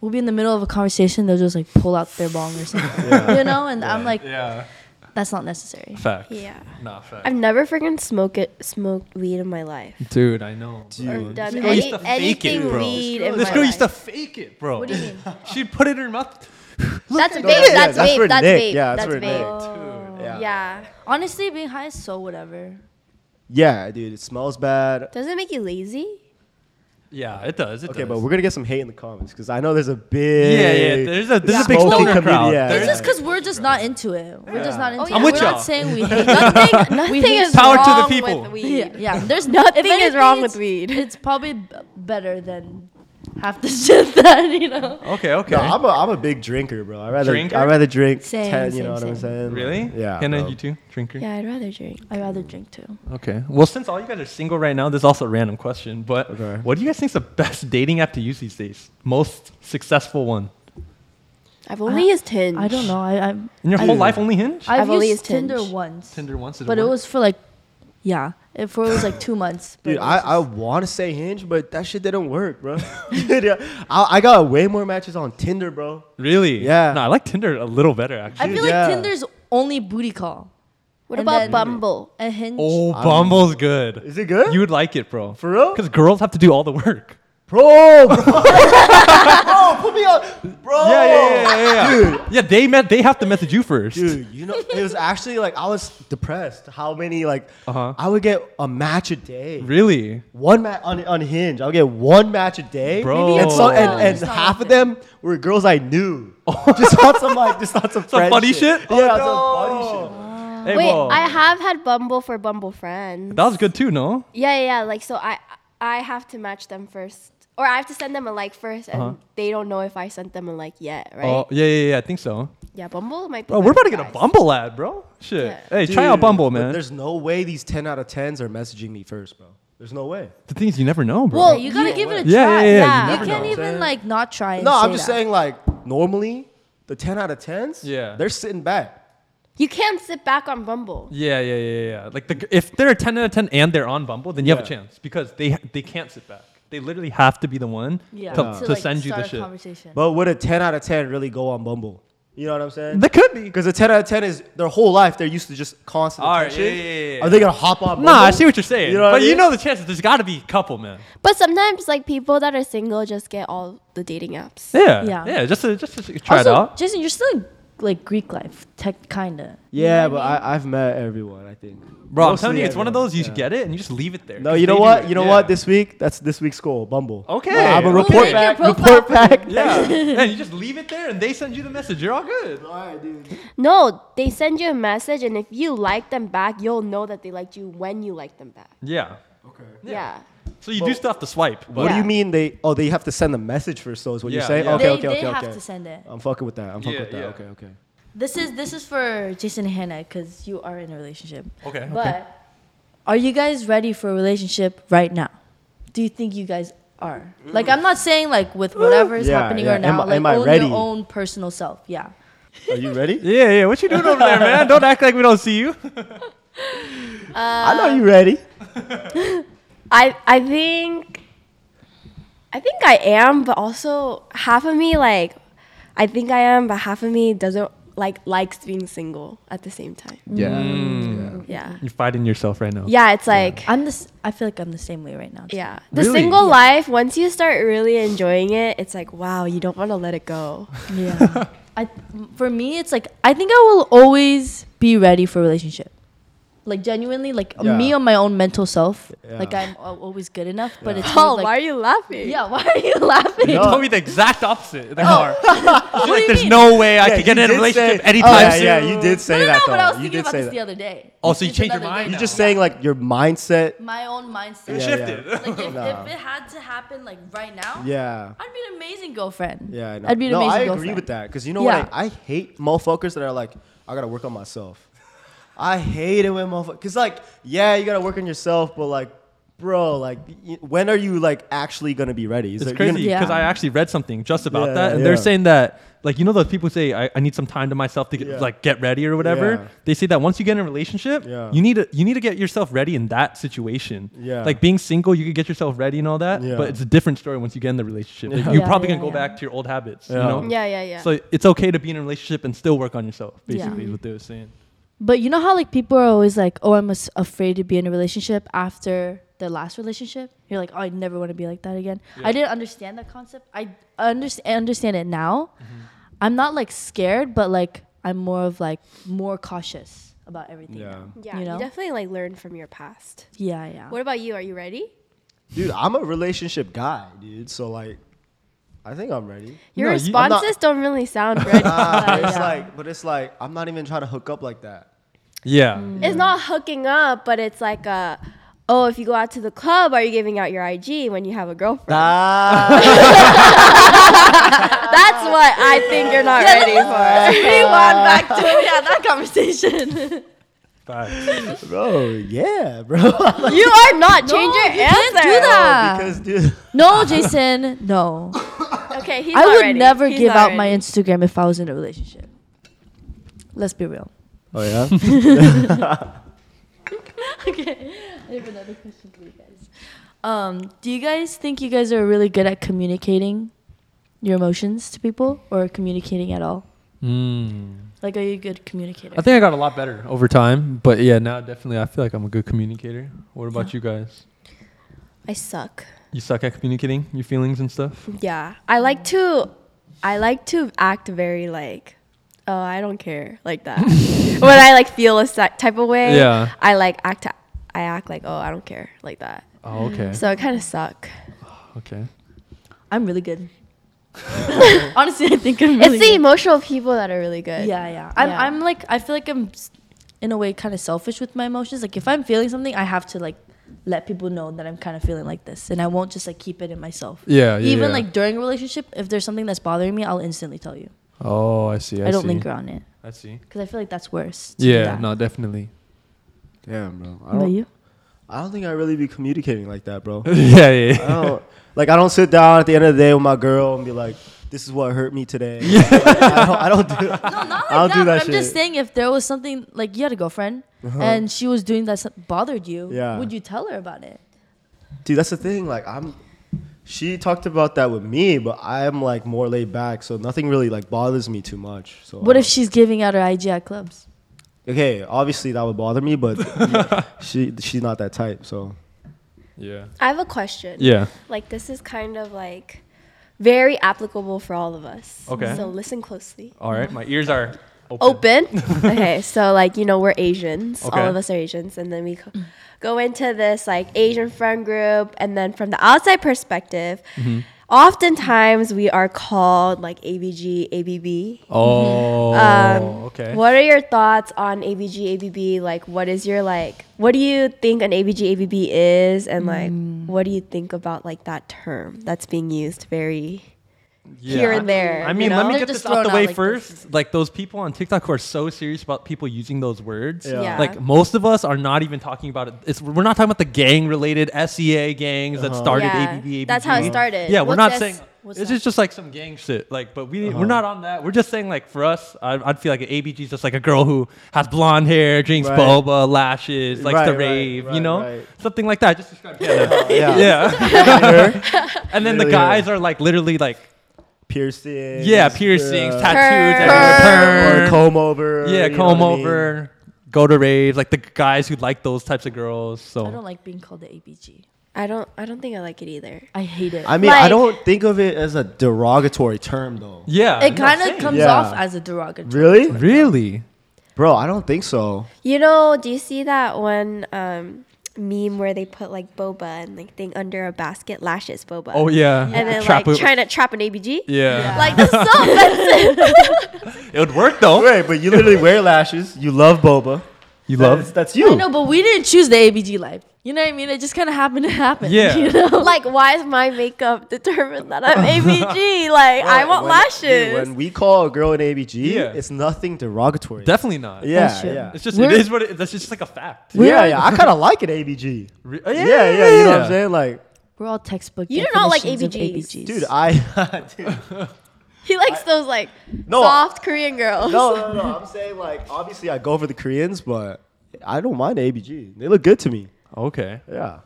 Speaker 4: We'll be in the middle of a conversation. They'll just like pull out their bong or something, you know. And I'm like,
Speaker 3: Yeah,
Speaker 4: that's not necessary.
Speaker 3: fact.
Speaker 2: Yeah,
Speaker 3: Nah, fact.
Speaker 2: I've never freaking smoked it, smoked weed in my life.
Speaker 3: Dude, I know.
Speaker 2: Or
Speaker 1: Dude.
Speaker 2: done
Speaker 3: This girl used
Speaker 2: any,
Speaker 3: to fake it,
Speaker 2: anything
Speaker 3: bro.
Speaker 2: weed in
Speaker 3: This
Speaker 2: my
Speaker 3: girl
Speaker 2: life.
Speaker 3: used to fake it, bro. What do you mean? She'd put it in her mouth.
Speaker 2: that's vape.
Speaker 1: Yeah,
Speaker 2: That's
Speaker 1: that's for
Speaker 2: vape. That's
Speaker 1: Nick.
Speaker 2: vape.
Speaker 1: Yeah,
Speaker 2: That's
Speaker 1: that's for Nick.
Speaker 2: vape.
Speaker 1: Yeah.
Speaker 2: Yeah,
Speaker 4: Honestly, being high is so whatever.
Speaker 1: Yeah, dude, it smells bad.
Speaker 2: doesn't it make you lazy?
Speaker 3: Yeah, it does. It
Speaker 1: Okay,
Speaker 3: does.
Speaker 1: but we're gonna get some hate in the comments because I know there's a big
Speaker 3: yeah, yeah. There's a there's a big
Speaker 1: smoking
Speaker 3: stoner
Speaker 1: community,
Speaker 3: crowd.
Speaker 1: yeah.
Speaker 3: There
Speaker 4: It's
Speaker 3: is-
Speaker 4: just because we're just not into it. We're just not
Speaker 1: Yeah.
Speaker 4: into
Speaker 2: Oh,
Speaker 4: it.
Speaker 2: yeah. I'm
Speaker 4: we're
Speaker 3: with
Speaker 4: not
Speaker 3: y'all.
Speaker 4: saying we hate nothing. we
Speaker 2: Nothing
Speaker 4: hate
Speaker 2: is
Speaker 3: Power to the
Speaker 2: wrong
Speaker 3: people.
Speaker 2: with weed.
Speaker 4: Yeah, yeah. There's
Speaker 2: Nothing
Speaker 4: if
Speaker 2: is wrong
Speaker 4: anything,
Speaker 2: with weed.
Speaker 4: It's probably b- better than half the shit that you know.
Speaker 3: okay, okay.
Speaker 1: No, I'm a I'm a big drinker, bro. I rather
Speaker 3: Drinker?
Speaker 1: I rather drink
Speaker 4: Same,
Speaker 1: ten. You
Speaker 4: same,
Speaker 1: know what I'm
Speaker 4: same.
Speaker 1: saying?
Speaker 3: really?
Speaker 1: Yeah.
Speaker 3: Hannah,
Speaker 1: bro.
Speaker 3: you too? Drinker?
Speaker 2: Yeah, I'd rather drink.
Speaker 4: I'd rather drink too.
Speaker 3: Okay. Well, since all you guys are single right now, this is also a random question, but
Speaker 1: Okay.
Speaker 3: what do you guys think is the best dating app to use these days? Most successful one?
Speaker 2: I've only used Hinge.
Speaker 4: I don't know. I, I'm,
Speaker 3: In your whole life, only Hinge?
Speaker 4: I've,
Speaker 2: I've only
Speaker 4: used
Speaker 2: used
Speaker 4: Tinder
Speaker 2: Hinge.
Speaker 4: once,
Speaker 3: Tinder once is
Speaker 4: but it was for like, yeah, it, for it was like two months. but
Speaker 1: Dude,
Speaker 4: it
Speaker 1: I,
Speaker 4: was
Speaker 1: I want to say Hinge, but that shit didn't work, bro. Dude, yeah, I, I got way more matches on Tinder, bro.
Speaker 3: Really?
Speaker 1: Yeah.
Speaker 3: No, I like Tinder a little better
Speaker 4: just-
Speaker 3: actually.
Speaker 4: I feel like
Speaker 1: yeah.
Speaker 4: Tinder's only booty call.
Speaker 2: What
Speaker 4: And
Speaker 2: about
Speaker 4: then-
Speaker 2: Bumble?
Speaker 4: A hinge.
Speaker 3: Oh,
Speaker 1: I'm-
Speaker 3: Bumble's good.
Speaker 1: Is it good?
Speaker 3: You would like it, bro.
Speaker 1: For real?
Speaker 3: Because girls have to do all the work.
Speaker 1: Bro, bro, bro, put me on, bro.
Speaker 3: Yeah, yeah, yeah, yeah, yeah. yeah, they met. They have to message you first.
Speaker 1: Dude, you know, it was actually like I was depressed. How many like
Speaker 3: Uh-huh.
Speaker 1: I would get a match a day.
Speaker 3: Really?
Speaker 1: One match on, on Hinge, I'll get one match a day,
Speaker 3: Bro.
Speaker 1: and so
Speaker 3: Maybe it's
Speaker 1: and,
Speaker 4: not-
Speaker 1: and
Speaker 4: it's not
Speaker 1: half
Speaker 4: worth
Speaker 1: of them were girls I knew. just on some like, just on some, friend
Speaker 3: funny shit?
Speaker 1: Yeah,
Speaker 3: Oh,
Speaker 1: on some
Speaker 3: no.
Speaker 1: funny shit.
Speaker 3: Hey,
Speaker 2: Wait,
Speaker 3: whoa.
Speaker 2: I have had Bumble for Bumble friends.
Speaker 3: that was good too, no?
Speaker 2: yeah, yeah, yeah. Like so, I I have to match them first, or I have to send them a like first, and
Speaker 3: Uh-huh.
Speaker 2: they don't know if I sent them a like yet, right?
Speaker 3: Oh, yeah, yeah, yeah. I think so.
Speaker 2: Yeah, Bumble might be.
Speaker 3: Bro,
Speaker 2: better
Speaker 3: we're about to
Speaker 2: for
Speaker 3: get a
Speaker 2: guys.
Speaker 3: Bumble ad, bro. Shit.
Speaker 2: Yeah.
Speaker 3: Hey, try out
Speaker 1: Dude,
Speaker 3: Bumble,
Speaker 1: but
Speaker 3: man.
Speaker 1: There's no way these 10 out of 10s are messaging me first, bro. There's no way.
Speaker 3: The thing is, you never know, bro.
Speaker 4: Well, you gotta give it a
Speaker 3: Yeah,
Speaker 4: try.
Speaker 3: yeah, yeah, you
Speaker 4: You,
Speaker 3: never
Speaker 4: can't
Speaker 3: know.
Speaker 4: even
Speaker 1: Saying-
Speaker 4: like not try. And
Speaker 1: No, I'm
Speaker 4: say
Speaker 1: just
Speaker 4: that.
Speaker 1: saying like normally the 10 out of 10s,
Speaker 3: Yeah.
Speaker 1: they're sitting back.
Speaker 2: You can't sit back on Bumble.
Speaker 3: yeah, yeah, yeah, yeah, yeah. Like the, g- if they're a ten out of ten and they're on Bumble, then you have a
Speaker 1: Yeah.
Speaker 3: chance because they they can't sit back. They literally have to be the one
Speaker 4: Yeah.
Speaker 3: to,
Speaker 4: To,
Speaker 3: to
Speaker 4: like,
Speaker 3: send you the
Speaker 4: start a
Speaker 3: shit.
Speaker 4: Conversation.
Speaker 1: But would a 10 out of 10 really go on Bumble? You know what I'm saying?
Speaker 3: That could be.
Speaker 1: Because a 10 out of 10 is their whole life, they're used to just constant
Speaker 3: All right,
Speaker 1: attention.
Speaker 3: yeah, yeah, yeah, yeah.
Speaker 1: Are they going to hop on Bumble?
Speaker 3: Nah, I see what you're saying.
Speaker 1: You know what
Speaker 3: but
Speaker 1: I mean?
Speaker 3: you know the chances. There's got to be a couple, man.
Speaker 2: But sometimes, like people that are single, just get all the dating apps.
Speaker 3: Yeah.
Speaker 4: Yeah.
Speaker 3: Yeah. Just to, just to try
Speaker 4: also,
Speaker 3: it out.
Speaker 4: Jason, you're still in, like Greek life, tech kinda.
Speaker 1: Yeah, but I, I've met everyone, I think.
Speaker 3: Bro, I'm
Speaker 1: Mostly
Speaker 3: telling you, it's one of
Speaker 1: everyone,
Speaker 3: those you
Speaker 1: yeah.
Speaker 3: should get it and you just leave it there.
Speaker 1: No,
Speaker 3: 'cause
Speaker 1: you know
Speaker 3: they do
Speaker 1: what?
Speaker 3: it.
Speaker 1: You know
Speaker 3: Yeah.
Speaker 1: what? This week, that's this week's goal, Bumble.
Speaker 3: Okay.
Speaker 1: Yeah, I'm a
Speaker 3: Okay.
Speaker 1: report
Speaker 4: Make your
Speaker 1: back.
Speaker 4: profile.
Speaker 1: Report back.
Speaker 3: yeah, and you just leave it there and they send you the message. You're all good.
Speaker 2: No, they send you a message, and if you like them back, you'll know that they liked you when you like them back.
Speaker 3: Yeah.
Speaker 1: Okay.
Speaker 2: Yeah.
Speaker 3: So you do
Speaker 1: Well-
Speaker 3: still have to swipe. But
Speaker 1: What do
Speaker 2: Yeah.
Speaker 1: you mean they? Oh, they have to send a message first. So is what
Speaker 3: Yeah,
Speaker 1: you're saying?
Speaker 3: yeah.
Speaker 1: Okay,
Speaker 4: they
Speaker 1: okay,
Speaker 4: they
Speaker 1: okay,
Speaker 4: have
Speaker 1: okay.
Speaker 4: to send it.
Speaker 1: I'm fucking with that. I'm fucking
Speaker 3: Yeah,
Speaker 1: with that.
Speaker 3: yeah.
Speaker 1: Okay, okay.
Speaker 4: This is this is for Jason and Hannah because you are in a relationship.
Speaker 3: okay.
Speaker 4: But are you guys ready for a relationship right now? Do you think you guys are? Like, I'm not saying like with whatever is
Speaker 1: Yeah,
Speaker 4: happening
Speaker 1: yeah.
Speaker 4: right now.
Speaker 1: Am I-
Speaker 4: like
Speaker 1: am I
Speaker 4: own
Speaker 1: ready?
Speaker 4: your own personal self. Yeah.
Speaker 1: Are you ready?
Speaker 3: Yeah, yeah. What you doing over there, man? Don't act like we don't see you.
Speaker 1: I know you ready.
Speaker 2: I I think I think I am, but also half of me like I think I am, but half of me doesn't like likes being single at the same time.
Speaker 1: Yeah.
Speaker 2: Yeah.
Speaker 3: You're fighting yourself right now.
Speaker 2: Yeah, it's like
Speaker 4: I'm this. I feel like I'm the same way right now.
Speaker 2: yeah. The
Speaker 3: Really?
Speaker 2: single life, once you start really enjoying it, it's like wow, you don't want to let it go.
Speaker 4: Yeah. I, for me, it's like I think I will always be ready for a relationship. Like genuinely, like
Speaker 1: Yeah.
Speaker 4: me on my own mental self.
Speaker 1: Yeah.
Speaker 4: Like I'm al- always good enough. But it's more
Speaker 2: Oh,
Speaker 4: like,
Speaker 2: why are you laughing?
Speaker 4: yeah. Why are you laughing?
Speaker 3: You
Speaker 1: No.
Speaker 3: told me the exact opposite in the car.
Speaker 4: Oh, What do you
Speaker 3: like, there's
Speaker 4: mean?
Speaker 3: no way I
Speaker 1: Yeah,
Speaker 3: could get
Speaker 1: you
Speaker 3: in a
Speaker 1: did
Speaker 3: relationship
Speaker 1: say-
Speaker 3: anytime
Speaker 1: oh, yeah,
Speaker 3: soon.
Speaker 1: Yeah, you did say
Speaker 4: no, no,
Speaker 1: that.
Speaker 4: no, but I was
Speaker 1: though. You did
Speaker 4: thinking about
Speaker 1: say
Speaker 4: this
Speaker 1: that.
Speaker 4: the other day.
Speaker 3: Oh, so you
Speaker 4: It's
Speaker 3: changed your
Speaker 4: another
Speaker 3: mind
Speaker 4: day.
Speaker 3: now.
Speaker 1: You're just saying like your mindset.
Speaker 4: My own mindset.
Speaker 1: Yeah,
Speaker 3: Shifted.
Speaker 1: yeah.
Speaker 4: Like if,
Speaker 1: Nah.
Speaker 4: if it had to happen like right now,
Speaker 1: Yeah.
Speaker 4: I'd be an amazing girlfriend.
Speaker 1: Yeah, I know.
Speaker 4: I'd be an
Speaker 1: no,
Speaker 4: amazing
Speaker 1: I
Speaker 4: girlfriend.
Speaker 1: agree with that because you know
Speaker 4: Yeah.
Speaker 1: what? I, I hate motherfuckers that are like, I gotta work on myself. I hate it when motherfuckers, cause like, yeah, you gotta work on yourself, but like, bro, like, y- when are you like actually gonna be ready? Is
Speaker 3: It's
Speaker 1: there- you're
Speaker 3: crazy
Speaker 1: gonna-
Speaker 4: Yeah.
Speaker 3: because I actually read something just about
Speaker 1: Yeah,
Speaker 3: that, and
Speaker 1: yeah.
Speaker 3: they're saying that like you know those people say I, I need some time to myself to get,
Speaker 1: Yeah.
Speaker 3: like get ready or whatever.
Speaker 1: Yeah.
Speaker 3: They say that once you get in a relationship,
Speaker 1: Yeah.
Speaker 3: you need to you need to get yourself ready in that situation.
Speaker 1: Yeah.
Speaker 3: like being single, you could get yourself ready and all that,
Speaker 1: Yeah.
Speaker 3: but it's a different story once you get in the relationship. Like, you're
Speaker 4: Yeah,
Speaker 3: probably
Speaker 4: yeah,
Speaker 3: gonna go
Speaker 4: yeah.
Speaker 3: back to your old habits. You
Speaker 1: Yeah.
Speaker 3: know.
Speaker 2: Yeah, yeah, yeah.
Speaker 3: So it's okay to be in a relationship and still work on yourself.
Speaker 4: Yeah.
Speaker 3: Basically, is what they were saying.
Speaker 4: But you know how like people are always like, "Oh, I'm as- afraid to be in a relationship after the last relationship." You're like, "Oh, I never want to be like that again."
Speaker 3: Yeah.
Speaker 4: I didn't understand that concept. I understand understand it now.
Speaker 1: Mm-hmm.
Speaker 4: I'm not like scared, but like I'm more of like more cautious about everything.
Speaker 1: Yeah.
Speaker 4: now,
Speaker 2: yeah,
Speaker 4: you
Speaker 2: you
Speaker 4: know.
Speaker 2: definitely like learn from your past.
Speaker 4: yeah, yeah.
Speaker 2: What about you? Are you ready?
Speaker 1: dude, I'm a relationship guy, dude. So like, I think I'm ready.
Speaker 2: Your
Speaker 3: No, you- I'm
Speaker 1: not-
Speaker 2: responses don't really sound ready.
Speaker 1: Nah, but it's
Speaker 2: Yeah.
Speaker 1: like, but it's like, I'm not even trying to hook up like that.
Speaker 3: Yeah.
Speaker 2: It's not hooking up, but it's like a, oh, if you go out to the club, are you giving out your IG when you have a girlfriend?
Speaker 3: Ah.
Speaker 2: That's what I think you're not ready for. Rewind back to yeah, that conversation.
Speaker 3: Facts.
Speaker 1: bro, yeah, bro.
Speaker 2: you are not changing your
Speaker 4: you
Speaker 2: answer.
Speaker 4: can't do that.
Speaker 1: because dude,
Speaker 4: No, Jason, no.
Speaker 2: Okay, he's
Speaker 4: I
Speaker 2: not
Speaker 4: would
Speaker 2: ready.
Speaker 4: never
Speaker 2: He's
Speaker 4: give
Speaker 2: not
Speaker 4: out my
Speaker 2: ready.
Speaker 4: Instagram if I was in a relationship. Let's be real.
Speaker 1: oh yeah,
Speaker 4: okay. I have another question for you guys. Um, do you guys think you guys are really good at communicating your emotions to people or communicating at all?
Speaker 3: Mm.
Speaker 4: Like, are you a good communicator?
Speaker 3: I think I got a lot better over time, but yeah, now definitely I feel like I'm a good communicator. What about you guys?
Speaker 2: I suck.
Speaker 3: You suck at communicating your feelings and stuff.
Speaker 2: Yeah, I like to, I like to act very like, oh, I don't care like that. when I like feel a sec- type of way,
Speaker 3: Yeah.
Speaker 2: I like act, I act like, oh, I don't care like that.
Speaker 3: Oh, okay.
Speaker 2: So it kind of suck.
Speaker 3: okay.
Speaker 4: I'm really good. Honestly, I think I'm really
Speaker 2: it's the
Speaker 4: good.
Speaker 2: emotional people that are really good.
Speaker 4: yeah, yeah. I'm,
Speaker 2: Yeah.
Speaker 4: I'm like, I feel like I'm s- in a way kind of selfish with my emotions. Like, if I'm feeling something, I have to like let people know that I'm kind of feeling like this, and I won't just like keep it in myself.
Speaker 3: Yeah. yeah
Speaker 4: Even
Speaker 3: yeah.
Speaker 4: like during a relationship, if there's something that's bothering me, I'll instantly tell you.
Speaker 3: Oh, I see. I,
Speaker 4: I don't
Speaker 3: see.
Speaker 4: linger on it
Speaker 3: I see.
Speaker 4: because I feel like that's worse. to do
Speaker 3: Yeah.
Speaker 4: that.
Speaker 3: No, definitely.
Speaker 1: damn, bro. I
Speaker 4: What about
Speaker 1: don't,
Speaker 4: you?
Speaker 1: I don't think I really be communicating like that, bro.
Speaker 3: yeah. Yeah.
Speaker 1: I don't like. I don't sit down at the end of the day with my girl and be like, "This is what hurt me today." I, don't, I don't do.
Speaker 4: No, not like
Speaker 1: I'll
Speaker 4: that.
Speaker 1: do
Speaker 4: but
Speaker 1: that
Speaker 4: I'm just
Speaker 1: shit.
Speaker 4: saying, if there was something like you had a girlfriend and she was doing that that bothered you,
Speaker 1: Yeah.
Speaker 4: would you tell her about it?
Speaker 1: Dude, that's the thing. Like, I'm. She talked about that with me, but I'm like more laid back, so nothing really like bothers me too much. So
Speaker 4: What
Speaker 1: I
Speaker 4: if she's giving out her IG at clubs?
Speaker 1: don't- Okay, obviously that would bother me, but she she's not that type. So
Speaker 3: yeah.
Speaker 2: I have a question.
Speaker 3: Yeah.
Speaker 2: Like this is kind of like very applicable for all of us.
Speaker 3: Okay.
Speaker 2: So listen closely.
Speaker 3: All right. My ears are open.
Speaker 2: Open. okay. So like you know we're Asians.
Speaker 3: Okay.
Speaker 2: All of us are Asians, and then we co- go into this like Asian friend group, and then from the outside perspective.
Speaker 3: Mm-hmm.
Speaker 2: Oftentimes we are called like ABG, ABB.
Speaker 3: Oh.
Speaker 2: Um,
Speaker 3: okay.
Speaker 2: What are your thoughts on ABG, ABB? Like, what is your like? What do you think an ABG, ABB is, and like,
Speaker 3: Mm.
Speaker 2: what do you think about like that term that's being used very here and there?
Speaker 3: I
Speaker 2: you
Speaker 3: mean,
Speaker 2: know?
Speaker 3: let me
Speaker 4: They're
Speaker 3: get
Speaker 4: just
Speaker 3: this out the
Speaker 4: thrown out
Speaker 3: way
Speaker 4: like
Speaker 3: first.
Speaker 4: this.
Speaker 3: Like those people on TikTok who are so serious about people using those words.
Speaker 1: Yeah.
Speaker 2: Yeah.
Speaker 3: Like most of us are not even talking about it. It's we're not talking about the gang related SEA gangs
Speaker 1: Uh-huh.
Speaker 3: that started
Speaker 2: Yeah.
Speaker 3: ABB, ABG.
Speaker 2: That's how it started.
Speaker 3: Yeah, we're
Speaker 2: What's
Speaker 3: not
Speaker 2: this?
Speaker 3: saying
Speaker 4: What's
Speaker 3: it's
Speaker 4: that?
Speaker 3: just just like some gang shit. Like, but we
Speaker 1: Uh-huh.
Speaker 3: we're not on that. We're just saying like for us, I, I'd feel like an ABG is just like a girl who has blonde hair, drinks
Speaker 1: Right.
Speaker 3: boba, lashes, likes
Speaker 1: Right,
Speaker 3: to
Speaker 1: right,
Speaker 3: rave. you
Speaker 1: right,
Speaker 3: know,
Speaker 1: right.
Speaker 3: something like that. I just described. Yeah.
Speaker 1: yeah,
Speaker 3: yeah. and then the
Speaker 1: Literally
Speaker 3: guys are like literally like
Speaker 1: piercing.
Speaker 3: yeah, piercings,
Speaker 1: tattoo,
Speaker 3: tattoos,
Speaker 2: Perm.
Speaker 1: uh, or
Speaker 3: everywhere, perm.
Speaker 1: comb over.
Speaker 3: yeah,
Speaker 1: you know
Speaker 3: comb
Speaker 1: what I mean?
Speaker 3: over, go to raves, like the guys who like those types of girls.
Speaker 4: I don't
Speaker 3: So
Speaker 4: like being called the ABG.
Speaker 2: I don't. I don't think I like it either.
Speaker 4: I hate it.
Speaker 1: I mean, I
Speaker 2: Like-
Speaker 1: don't think of it as a derogatory term though.
Speaker 3: yeah,
Speaker 4: it
Speaker 3: no,
Speaker 4: kind
Speaker 3: same.
Speaker 4: of comes
Speaker 1: Yeah.
Speaker 4: off as a derogatory.
Speaker 1: Really,
Speaker 3: really.
Speaker 1: bro? I don't think so.
Speaker 2: You know, do you see that one um, meme where they put like boba and like thing under a basket, lashes boba.
Speaker 3: Oh yeah,
Speaker 2: And then
Speaker 3: Trap
Speaker 2: like
Speaker 3: it-
Speaker 2: trying to trap an ABG.
Speaker 3: yeah.
Speaker 2: Like that's so offensive.
Speaker 3: it would work though.
Speaker 1: Wait, but you literally wear lashes. You love boba.
Speaker 3: You
Speaker 1: That's,
Speaker 3: love.
Speaker 1: that's
Speaker 4: I
Speaker 1: you.
Speaker 4: know, but we didn't choose the ABG life. You know what I mean? It just kind of happened to happen.
Speaker 3: Yeah.
Speaker 4: You know?
Speaker 2: like, why is my makeup determined that I'm ABG? Like, I
Speaker 1: Bro,
Speaker 2: want
Speaker 1: when-
Speaker 2: lashes.
Speaker 1: dude, when we call a girl an ABG,
Speaker 3: Yeah.
Speaker 1: it's nothing derogatory.
Speaker 3: Definitely not.
Speaker 1: yeah,
Speaker 4: That's true.
Speaker 1: yeah.
Speaker 3: It's just
Speaker 4: We're-
Speaker 3: it is what it, that's just like a fact.
Speaker 1: Yeah, yeah. I kind of like an ABG.
Speaker 3: Re-
Speaker 1: Yeah, yeah, You know what I'm saying? Like,
Speaker 4: We're all textbook.
Speaker 2: You do not like
Speaker 4: definitions of
Speaker 2: ABGs.
Speaker 4: ABGs.
Speaker 1: dude, I. dude,
Speaker 2: He likes those like
Speaker 1: No,
Speaker 2: soft Korean girls.
Speaker 1: no, no, no. I'm saying, like, obviously I go for the Koreans, but I don't mind ABG. They look good to me.
Speaker 3: Okay.
Speaker 1: Yeah.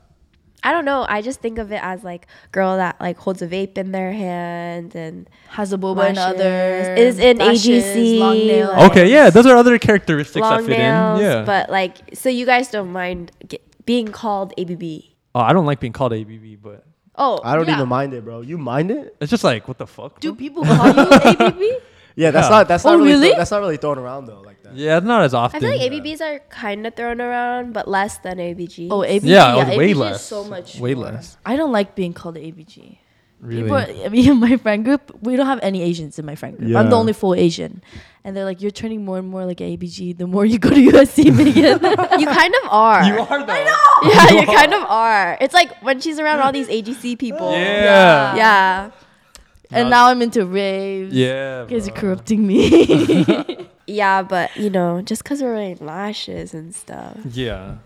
Speaker 2: I don't know. I just think of it as like girl that like holds a vape in their hand and
Speaker 4: has a boba and
Speaker 2: Lashes.
Speaker 4: other
Speaker 2: Is in
Speaker 4: lashes,
Speaker 2: AGC,
Speaker 4: long nails.
Speaker 2: like-
Speaker 3: Okay. Yeah, those are other characteristics that
Speaker 2: long
Speaker 3: fit
Speaker 2: nails.
Speaker 3: in. Yeah.
Speaker 2: But like, so you guys don't mind ge- being called ABB?
Speaker 3: oh, I don't like being called ABB, but
Speaker 2: Oh,
Speaker 1: I don't
Speaker 4: Yeah.
Speaker 1: even mind it, bro. You mind it?
Speaker 3: it's just like what the fuck.
Speaker 4: Do people call you ABB?
Speaker 1: Yeah, that's
Speaker 3: Yeah.
Speaker 1: not that's
Speaker 4: Oh,
Speaker 1: not really,
Speaker 4: really?
Speaker 1: that's not really thrown around though like that.
Speaker 3: Yeah, not as often.
Speaker 2: I feel like ABBs are kind of thrown around, but less than ABG.
Speaker 4: Oh, ABG.
Speaker 3: Yeah, oh, way
Speaker 4: ABG
Speaker 3: less.
Speaker 4: Is so much.
Speaker 3: Way
Speaker 4: more.
Speaker 3: less.
Speaker 4: I don't like being called ABG.
Speaker 3: really.
Speaker 4: People, are- I mean, in my friend group, we don't have any Asians in my friend group. I'm the
Speaker 1: Yeah.
Speaker 4: only full Asian, and they're like, "You're turning more and more like ABG the more you go to USC, Megan."
Speaker 2: you kind of are.
Speaker 3: you are though.
Speaker 2: Yeah, you kind of are. It's like when she's around all these AGC people.
Speaker 3: Yeah.
Speaker 2: Yeah.
Speaker 4: and
Speaker 3: No.
Speaker 4: now I'm into raves.
Speaker 3: Yeah.
Speaker 4: you guys are
Speaker 3: bro.
Speaker 4: corrupting me.
Speaker 2: Yeah, but you know, just because we're wearing lashes and stuff.
Speaker 3: Yeah.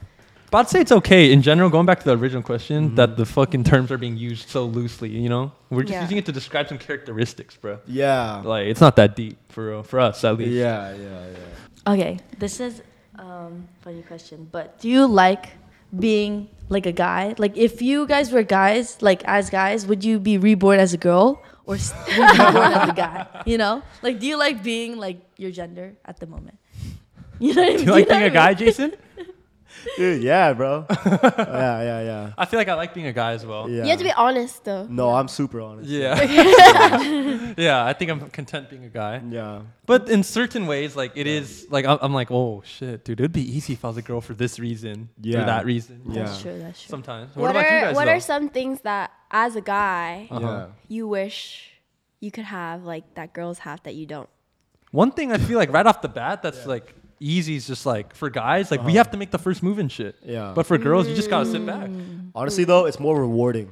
Speaker 3: But I'd say it's okay in general, going back to the original question,
Speaker 1: Mm-hmm.
Speaker 3: that the fucking terms are being used so loosely, you know? We're just
Speaker 2: Yeah.
Speaker 3: using it to describe some characteristics, bro.
Speaker 1: Yeah.
Speaker 3: Like, it's not that deep for real, for us at least.
Speaker 1: Yeah, yeah, yeah.
Speaker 4: okay, this is um, funny question, but do you like being like a guy? Like, if you guys were guys, like as guys, would you be reborn as a girl or s- would you be born as a guy? You know, like, do you like being like your gender at the moment? You know what I
Speaker 3: Do
Speaker 4: mean?
Speaker 3: you like
Speaker 4: know
Speaker 3: being a
Speaker 4: what I
Speaker 3: guy,
Speaker 4: mean?
Speaker 3: Jason?
Speaker 1: Dude, yeah, bro. yeah, yeah, yeah.
Speaker 3: I feel like I like being a guy as well.
Speaker 1: Yeah.
Speaker 2: You have to be honest though.
Speaker 1: No, I'm super honest.
Speaker 3: Yeah. yeah, I think I'm content being a guy.
Speaker 1: Yeah.
Speaker 3: But in certain ways, like, it is, like, I'm, I'm like, oh, shit, dude, it'd be easy if I was a girl for this reason,
Speaker 1: Yeah.
Speaker 3: for that reason.
Speaker 1: Yeah.
Speaker 4: That's true. That's true.
Speaker 3: Sometimes.
Speaker 2: What,
Speaker 3: What, about
Speaker 2: are
Speaker 3: you guys,
Speaker 2: what
Speaker 3: though? Uh.
Speaker 2: are some things that as a guy
Speaker 3: Uh-huh.
Speaker 1: Yeah.
Speaker 2: you wish you could have like that girls have that you don't?
Speaker 3: One thing I feel like right off the bat that's like easy is just like for guys, like we have to make the first move and shit.
Speaker 1: Uh-huh. Yeah.
Speaker 3: But for girls, you just gotta sit back.
Speaker 2: Mm.
Speaker 1: Honestly though, it's more rewarding.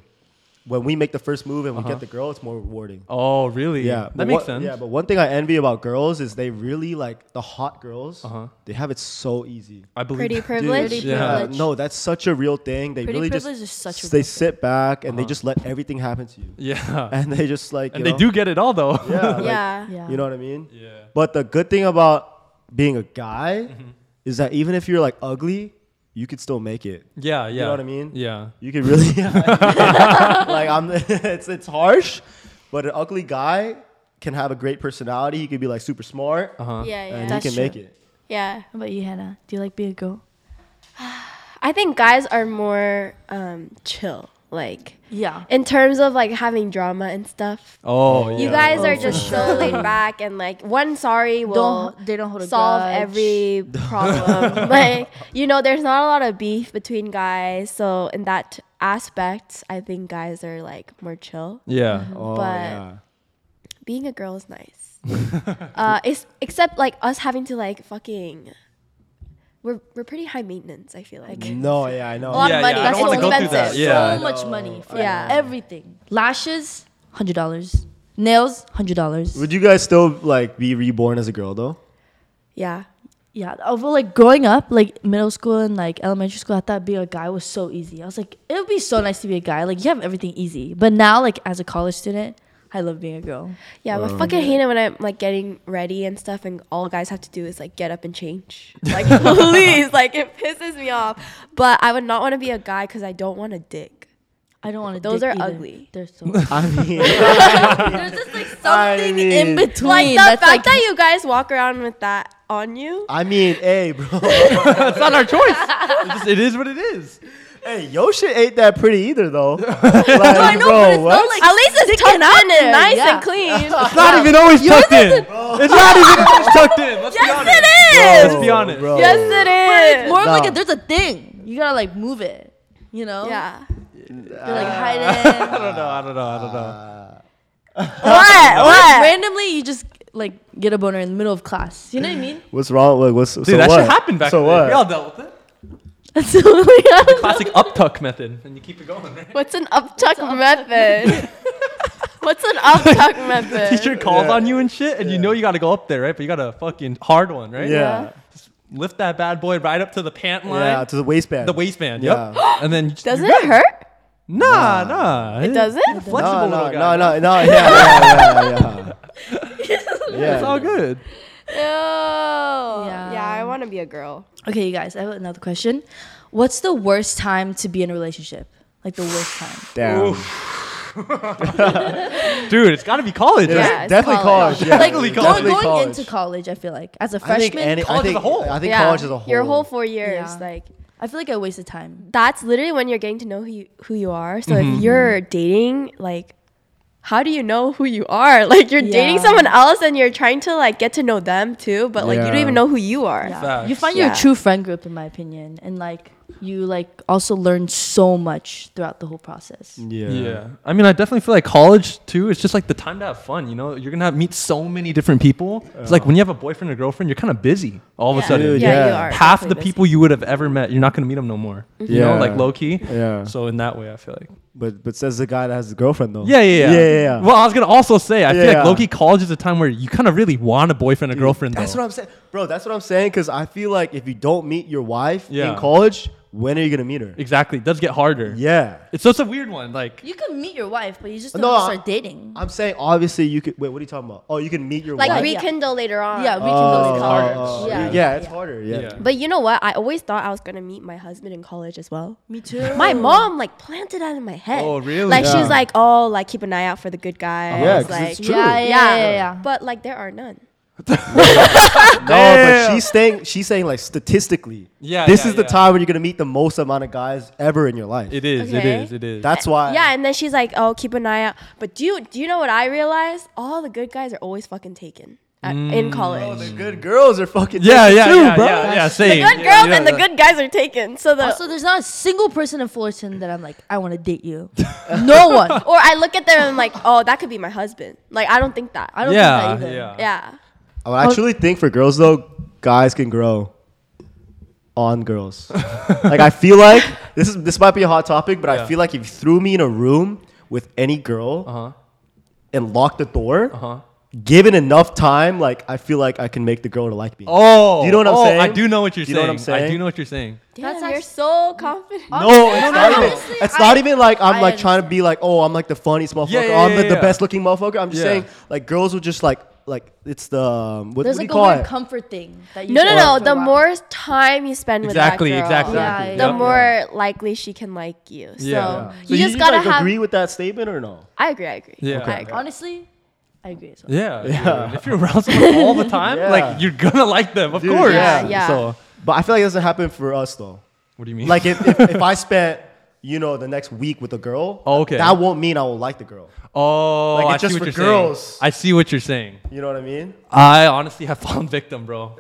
Speaker 1: When we make the first move and we get the girl, it's more rewarding.
Speaker 3: Uh-huh. Oh, really?
Speaker 1: Yeah.
Speaker 3: That
Speaker 1: but
Speaker 3: makes
Speaker 1: what-
Speaker 3: sense.
Speaker 1: Yeah, but one thing I envy about girls is they really like the hot girls.
Speaker 3: Uh-huh.
Speaker 1: They have it so easy.
Speaker 3: I believe
Speaker 2: Pretty
Speaker 1: Dude,
Speaker 2: privilege.
Speaker 3: Pretty Yeah. privilege.
Speaker 1: No, that's such a real thing. They
Speaker 4: Pretty
Speaker 1: really just
Speaker 4: privilege is such a
Speaker 1: they
Speaker 4: real
Speaker 1: sit back and they just let everything happen to you.
Speaker 3: Uh-huh. Yeah.
Speaker 1: And they just like
Speaker 3: And
Speaker 1: you
Speaker 3: they do get it all though.
Speaker 1: know, Yeah. like,
Speaker 2: yeah.
Speaker 4: Yeah.
Speaker 1: You know what I mean?
Speaker 3: Yeah. Mm-hmm.
Speaker 1: But the good thing about being a guy is that even if you're like ugly, you could still make it.
Speaker 3: Yeah, yeah.
Speaker 1: You know what I mean?
Speaker 3: Yeah.
Speaker 1: You could really like I'm it's it's harsh, but an ugly guy can have a great personality. He could be like super smart
Speaker 3: Uh-huh.
Speaker 2: Yeah, yeah.
Speaker 1: and
Speaker 4: That's
Speaker 1: he can
Speaker 4: true.
Speaker 1: make it.
Speaker 2: yeah.
Speaker 4: How about you, Hannah? Do you like being a girl?
Speaker 2: I think guys are more um chill. Like
Speaker 4: Yeah.
Speaker 2: in terms of like having drama and stuff.
Speaker 3: Oh, yeah.
Speaker 2: You guys are
Speaker 4: for
Speaker 2: just so laid back and like one sorry will
Speaker 4: Don't- they don't hold a
Speaker 2: solve
Speaker 4: grudge.
Speaker 2: every problem. like you know, there's not a lot of beef between guys, so in that aspect, I think guys are like more chill.
Speaker 3: Yeah.
Speaker 1: Oh
Speaker 2: But-
Speaker 1: yeah.
Speaker 2: Being a girl is nice, uh, it's, except like us having to like fucking. We're we're pretty high maintenance. I feel
Speaker 4: Mm-hmm.
Speaker 2: like.
Speaker 1: No, yeah, I know.
Speaker 2: A lot
Speaker 3: yeah,
Speaker 2: of money.
Speaker 3: yeah. I
Speaker 2: That's
Speaker 3: don't wanna go through that.
Speaker 2: expensive.
Speaker 3: Yeah.
Speaker 4: so much money for
Speaker 2: Yeah.
Speaker 4: everything. Lashes, hundred dollars. Nails, hundred dollars.
Speaker 1: Would you guys still like be reborn as a girl though?
Speaker 2: Yeah.
Speaker 4: Yeah, although like growing up, like middle school and like elementary school, I thought being a guy was so easy. I was like, it would be so nice to be a guy. Like you have everything easy. But now, like as a college student, I love being a girl.
Speaker 2: Yeah,
Speaker 4: Oh.
Speaker 2: but fucking hate it when I'm like getting ready and stuff, and all guys have to do is like get up and change. Like, please, like it pisses me off. But I would not want to be a guy because I don't want a dick.
Speaker 4: I don't want to.
Speaker 2: Those are ugly.
Speaker 4: They're so. There's
Speaker 1: I mean,
Speaker 4: just like something
Speaker 1: I
Speaker 4: in
Speaker 1: mean-
Speaker 4: between.
Speaker 2: Like the
Speaker 4: that's
Speaker 2: fact
Speaker 4: like
Speaker 2: that you guys walk around with that on you.
Speaker 1: I mean, hey, bro,
Speaker 3: That's not our choice. It's just, it is what it is.
Speaker 1: hey, your shit ain't that pretty either, though. like,
Speaker 2: Oh,
Speaker 4: I know, but
Speaker 1: bro,
Speaker 4: it's not
Speaker 1: what?
Speaker 4: like
Speaker 2: At least it's tucked in and nice and clean.
Speaker 3: It's not even always tucked in. It's not even always tucked in. Let's be
Speaker 2: yes,
Speaker 3: honest.
Speaker 2: it is.
Speaker 3: Let's be honest.
Speaker 1: Bro.
Speaker 2: Yes, it
Speaker 4: it's
Speaker 2: is.
Speaker 4: more of like
Speaker 1: No.
Speaker 4: a, there's a thing. You gotta like move it. You know.
Speaker 2: yeah.
Speaker 4: You're
Speaker 1: Uh,
Speaker 4: like
Speaker 3: Uh.
Speaker 4: hide it.
Speaker 3: I don't know. I don't know. I don't know.
Speaker 2: What?
Speaker 4: Like,
Speaker 2: What?
Speaker 4: randomly, you just like get a boner in the middle of class. You know what I mean?
Speaker 1: What's wrong? Like, what's so
Speaker 3: Dude, that
Speaker 1: what?
Speaker 3: shit happened back
Speaker 1: so
Speaker 3: then.
Speaker 1: what?
Speaker 3: We all dealt with it.
Speaker 4: Absolutely.
Speaker 3: Classic uptuck method, and you keep it going. Right?
Speaker 2: What's an uptuck method? What's an uptuck method?
Speaker 3: teacher calls on you and shit, and you know you gotta go up there, right? But you got a fucking hard one, right?
Speaker 1: yeah,
Speaker 3: Lift that bad boy right up to the pant line,
Speaker 1: yeah, to the waistband.
Speaker 3: the waistband.
Speaker 1: Yeah.
Speaker 3: Yep. and then you just,
Speaker 2: Doesn't it hurt?
Speaker 3: nah, nah. It
Speaker 2: Does it?
Speaker 3: Flexible
Speaker 1: no,
Speaker 3: little
Speaker 1: no, no,
Speaker 3: guy.
Speaker 1: no, no, yeah, yeah, yeah, yeah. yeah.
Speaker 3: It's all good.
Speaker 2: Yeah.
Speaker 4: Yeah.
Speaker 2: Yeah, I want to be a girl.
Speaker 4: okay, you guys. I have another question. What's the worst time to be in a relationship? Like the worst time.
Speaker 1: Damn.
Speaker 3: Dude, it's gotta be college,
Speaker 1: Yeah,
Speaker 3: right?
Speaker 2: it's
Speaker 1: definitely
Speaker 2: college.
Speaker 1: college. Yeah,
Speaker 4: like
Speaker 3: Definitely
Speaker 4: going,
Speaker 3: college.
Speaker 4: going
Speaker 1: college.
Speaker 4: into college, I feel like as a
Speaker 1: I think
Speaker 4: freshman,
Speaker 1: any,
Speaker 3: college
Speaker 1: I
Speaker 3: as
Speaker 1: think,
Speaker 3: a whole.
Speaker 1: I think
Speaker 2: yeah.
Speaker 1: college as a whole.
Speaker 2: Your whole four years,
Speaker 4: Yeah.
Speaker 2: like
Speaker 4: I feel like I wasted time.
Speaker 1: Mm-hmm.
Speaker 2: that's literally when you're getting to know who you, who you are. So if you're dating, like how do you know who you are? Like you're dating
Speaker 4: Yeah.
Speaker 2: someone else and you're trying to like get to know them too, but like you don't
Speaker 1: Yeah.
Speaker 2: even know who you are.
Speaker 4: Yeah.
Speaker 3: Facts.
Speaker 4: You find
Speaker 2: Yeah.
Speaker 4: your true friend group, in my opinion, and like you like also learn so much throughout the whole process.
Speaker 1: Yeah.
Speaker 3: Yeah. I mean, I definitely feel like college too. It's just like the time to have fun. You know, you're gonna have, meet so many different people. It's like when you have a boyfriend or girlfriend, you're kind of busy all of a
Speaker 2: Yeah.
Speaker 3: sudden.
Speaker 1: Dude,
Speaker 2: Yeah, you
Speaker 1: yeah.
Speaker 2: are.
Speaker 3: Half the
Speaker 4: definitely busy.
Speaker 3: people you would have ever met, you're not gonna meet them no more. You
Speaker 1: Yeah.
Speaker 3: know, like low key.
Speaker 1: Yeah.
Speaker 3: So in that way, I feel like.
Speaker 1: But but says the guy that has a girlfriend though.
Speaker 3: Yeah, yeah, yeah.
Speaker 1: Yeah, yeah.
Speaker 3: Well, I was gonna also say, I
Speaker 1: Yeah,
Speaker 3: feel like
Speaker 1: yeah.
Speaker 3: low key college is a time where you kind of really want a boyfriend or girlfriend.
Speaker 1: That's
Speaker 3: though.
Speaker 1: what I'm saying, bro. That's what I'm saying. Cause I feel like if you don't meet your wife
Speaker 3: Yeah.
Speaker 1: in college, when are you gonna meet her?
Speaker 3: exactly. It does get harder.
Speaker 1: Yeah.
Speaker 3: It's just a weird one. Like,
Speaker 4: You can meet your wife, but you just don't
Speaker 1: No,
Speaker 4: have to
Speaker 1: I-
Speaker 4: start dating.
Speaker 1: I'm saying obviously you could. Wait, what are you talking about? Oh, you can meet your
Speaker 2: Like
Speaker 1: wife.
Speaker 4: re-
Speaker 2: rekindle later on.
Speaker 4: yeah, we can go
Speaker 1: oh,
Speaker 4: to
Speaker 1: oh,
Speaker 4: college.
Speaker 1: oh,
Speaker 4: yeah,
Speaker 1: yeah, it's harder. Yeah.
Speaker 3: Yeah.
Speaker 2: But you know what? I always thought I was gonna meet my husband in college as well.
Speaker 4: Me too.
Speaker 2: My Oh. mom like planted that in my head.
Speaker 3: Oh, really?
Speaker 2: Like she
Speaker 1: Yeah.
Speaker 2: was like, oh, like keep an eye out for the good guys.
Speaker 1: Yeah, 'cause
Speaker 2: like,
Speaker 1: it's true.
Speaker 4: Yeah, yeah, yeah, yeah. yeah.
Speaker 2: But like there are none.
Speaker 1: No, but she's saying she's saying like statistically.
Speaker 3: Yeah,
Speaker 1: This
Speaker 3: yeah,
Speaker 1: is the
Speaker 3: yeah.
Speaker 1: time when you're gonna meet the most amount of guys ever in your life.
Speaker 3: it is. It
Speaker 2: Okay.
Speaker 3: is. It is.
Speaker 1: That's why.
Speaker 2: Yeah, and then she's like, "Oh, keep an eye out." But do you do you know what I realized? All the good guys are always fucking taken at,
Speaker 3: Mm.
Speaker 2: in
Speaker 1: Oh,
Speaker 2: college.
Speaker 1: the good girls are fucking.
Speaker 3: yeah,
Speaker 1: taken
Speaker 3: yeah,
Speaker 1: too,
Speaker 3: yeah,
Speaker 1: bro.
Speaker 3: yeah, yeah.
Speaker 2: the
Speaker 3: Same.
Speaker 2: good
Speaker 3: Yeah,
Speaker 2: girls
Speaker 3: yeah,
Speaker 2: and the
Speaker 3: yeah.
Speaker 2: good guys are taken. So the
Speaker 4: Also, there's not a single person in Fullerton that I'm like, I want to date you. no one.
Speaker 2: or I look at them and I'm like, "Oh, that could be my husband." Like I don't think that.
Speaker 4: I don't
Speaker 3: Yeah,
Speaker 4: think that either.
Speaker 3: yeah.
Speaker 2: yeah.
Speaker 1: I
Speaker 3: Oh.
Speaker 1: actually think for girls though, guys can grow on girls. like I feel like this is this might be a hot topic, but
Speaker 3: Yeah.
Speaker 1: I feel like if you threw me in a room with any girl
Speaker 3: Uh
Speaker 1: and locked the door,
Speaker 3: huh. Uh huh.
Speaker 1: given enough time, like I feel like I can make the girl to like me.
Speaker 3: Oh,
Speaker 1: You know what I'm
Speaker 3: oh,
Speaker 1: saying?
Speaker 3: I do know what you're
Speaker 1: You know
Speaker 3: saying.
Speaker 1: what I'm
Speaker 3: I do
Speaker 1: saying?
Speaker 3: know what you're saying.
Speaker 2: Damn,
Speaker 4: That's
Speaker 2: you're
Speaker 4: actu-
Speaker 2: so confident.
Speaker 1: No, it's
Speaker 4: Honestly,
Speaker 1: not even.
Speaker 4: honestly,
Speaker 1: It's
Speaker 4: I-
Speaker 1: not even like I'm
Speaker 4: I
Speaker 1: like trying to be like, oh, I'm like the funniest motherfucker.
Speaker 3: yeah,
Speaker 1: I'm
Speaker 3: yeah,
Speaker 1: the,
Speaker 3: yeah.
Speaker 1: the best looking motherfucker. I'm just
Speaker 3: Yeah.
Speaker 1: saying, like girls will just like like it's the um, what, what
Speaker 4: There's
Speaker 1: do you
Speaker 4: like
Speaker 1: call
Speaker 4: a weird
Speaker 1: it?
Speaker 4: comfort thing. That you
Speaker 2: No, no,
Speaker 4: get
Speaker 2: no.
Speaker 4: after a
Speaker 2: The
Speaker 4: while.
Speaker 2: more time you spend with
Speaker 3: Exactly,
Speaker 2: that girl,
Speaker 3: exactly.
Speaker 4: Yeah,
Speaker 2: the
Speaker 4: yeah, yeah.
Speaker 2: more likely she can like you. So
Speaker 3: Yeah.
Speaker 2: you just gotta
Speaker 1: like,
Speaker 2: have.
Speaker 1: agree with that statement or no?
Speaker 2: I agree. I agree.
Speaker 3: Yeah.
Speaker 2: I
Speaker 3: Okay.
Speaker 2: agree.
Speaker 4: Honestly, I agree as well.
Speaker 3: Yeah, dude. If you're around someone all the time,
Speaker 1: Yeah.
Speaker 3: like you're gonna like them, of
Speaker 1: Dude,
Speaker 3: course.
Speaker 2: yeah, yeah.
Speaker 3: So,
Speaker 1: But I feel like it doesn't happen for us though.
Speaker 3: what do you mean?
Speaker 1: Like if, if, if I spent you know the next week with a girl,
Speaker 3: Oh, okay.
Speaker 1: that won't mean I will like the girl.
Speaker 3: oh,
Speaker 1: like,
Speaker 3: I
Speaker 1: it's
Speaker 3: see
Speaker 1: just
Speaker 3: what
Speaker 1: for
Speaker 3: you're
Speaker 1: girls.
Speaker 3: saying. I see what you're saying.
Speaker 1: You know what I mean?
Speaker 3: I honestly have fallen victim, bro.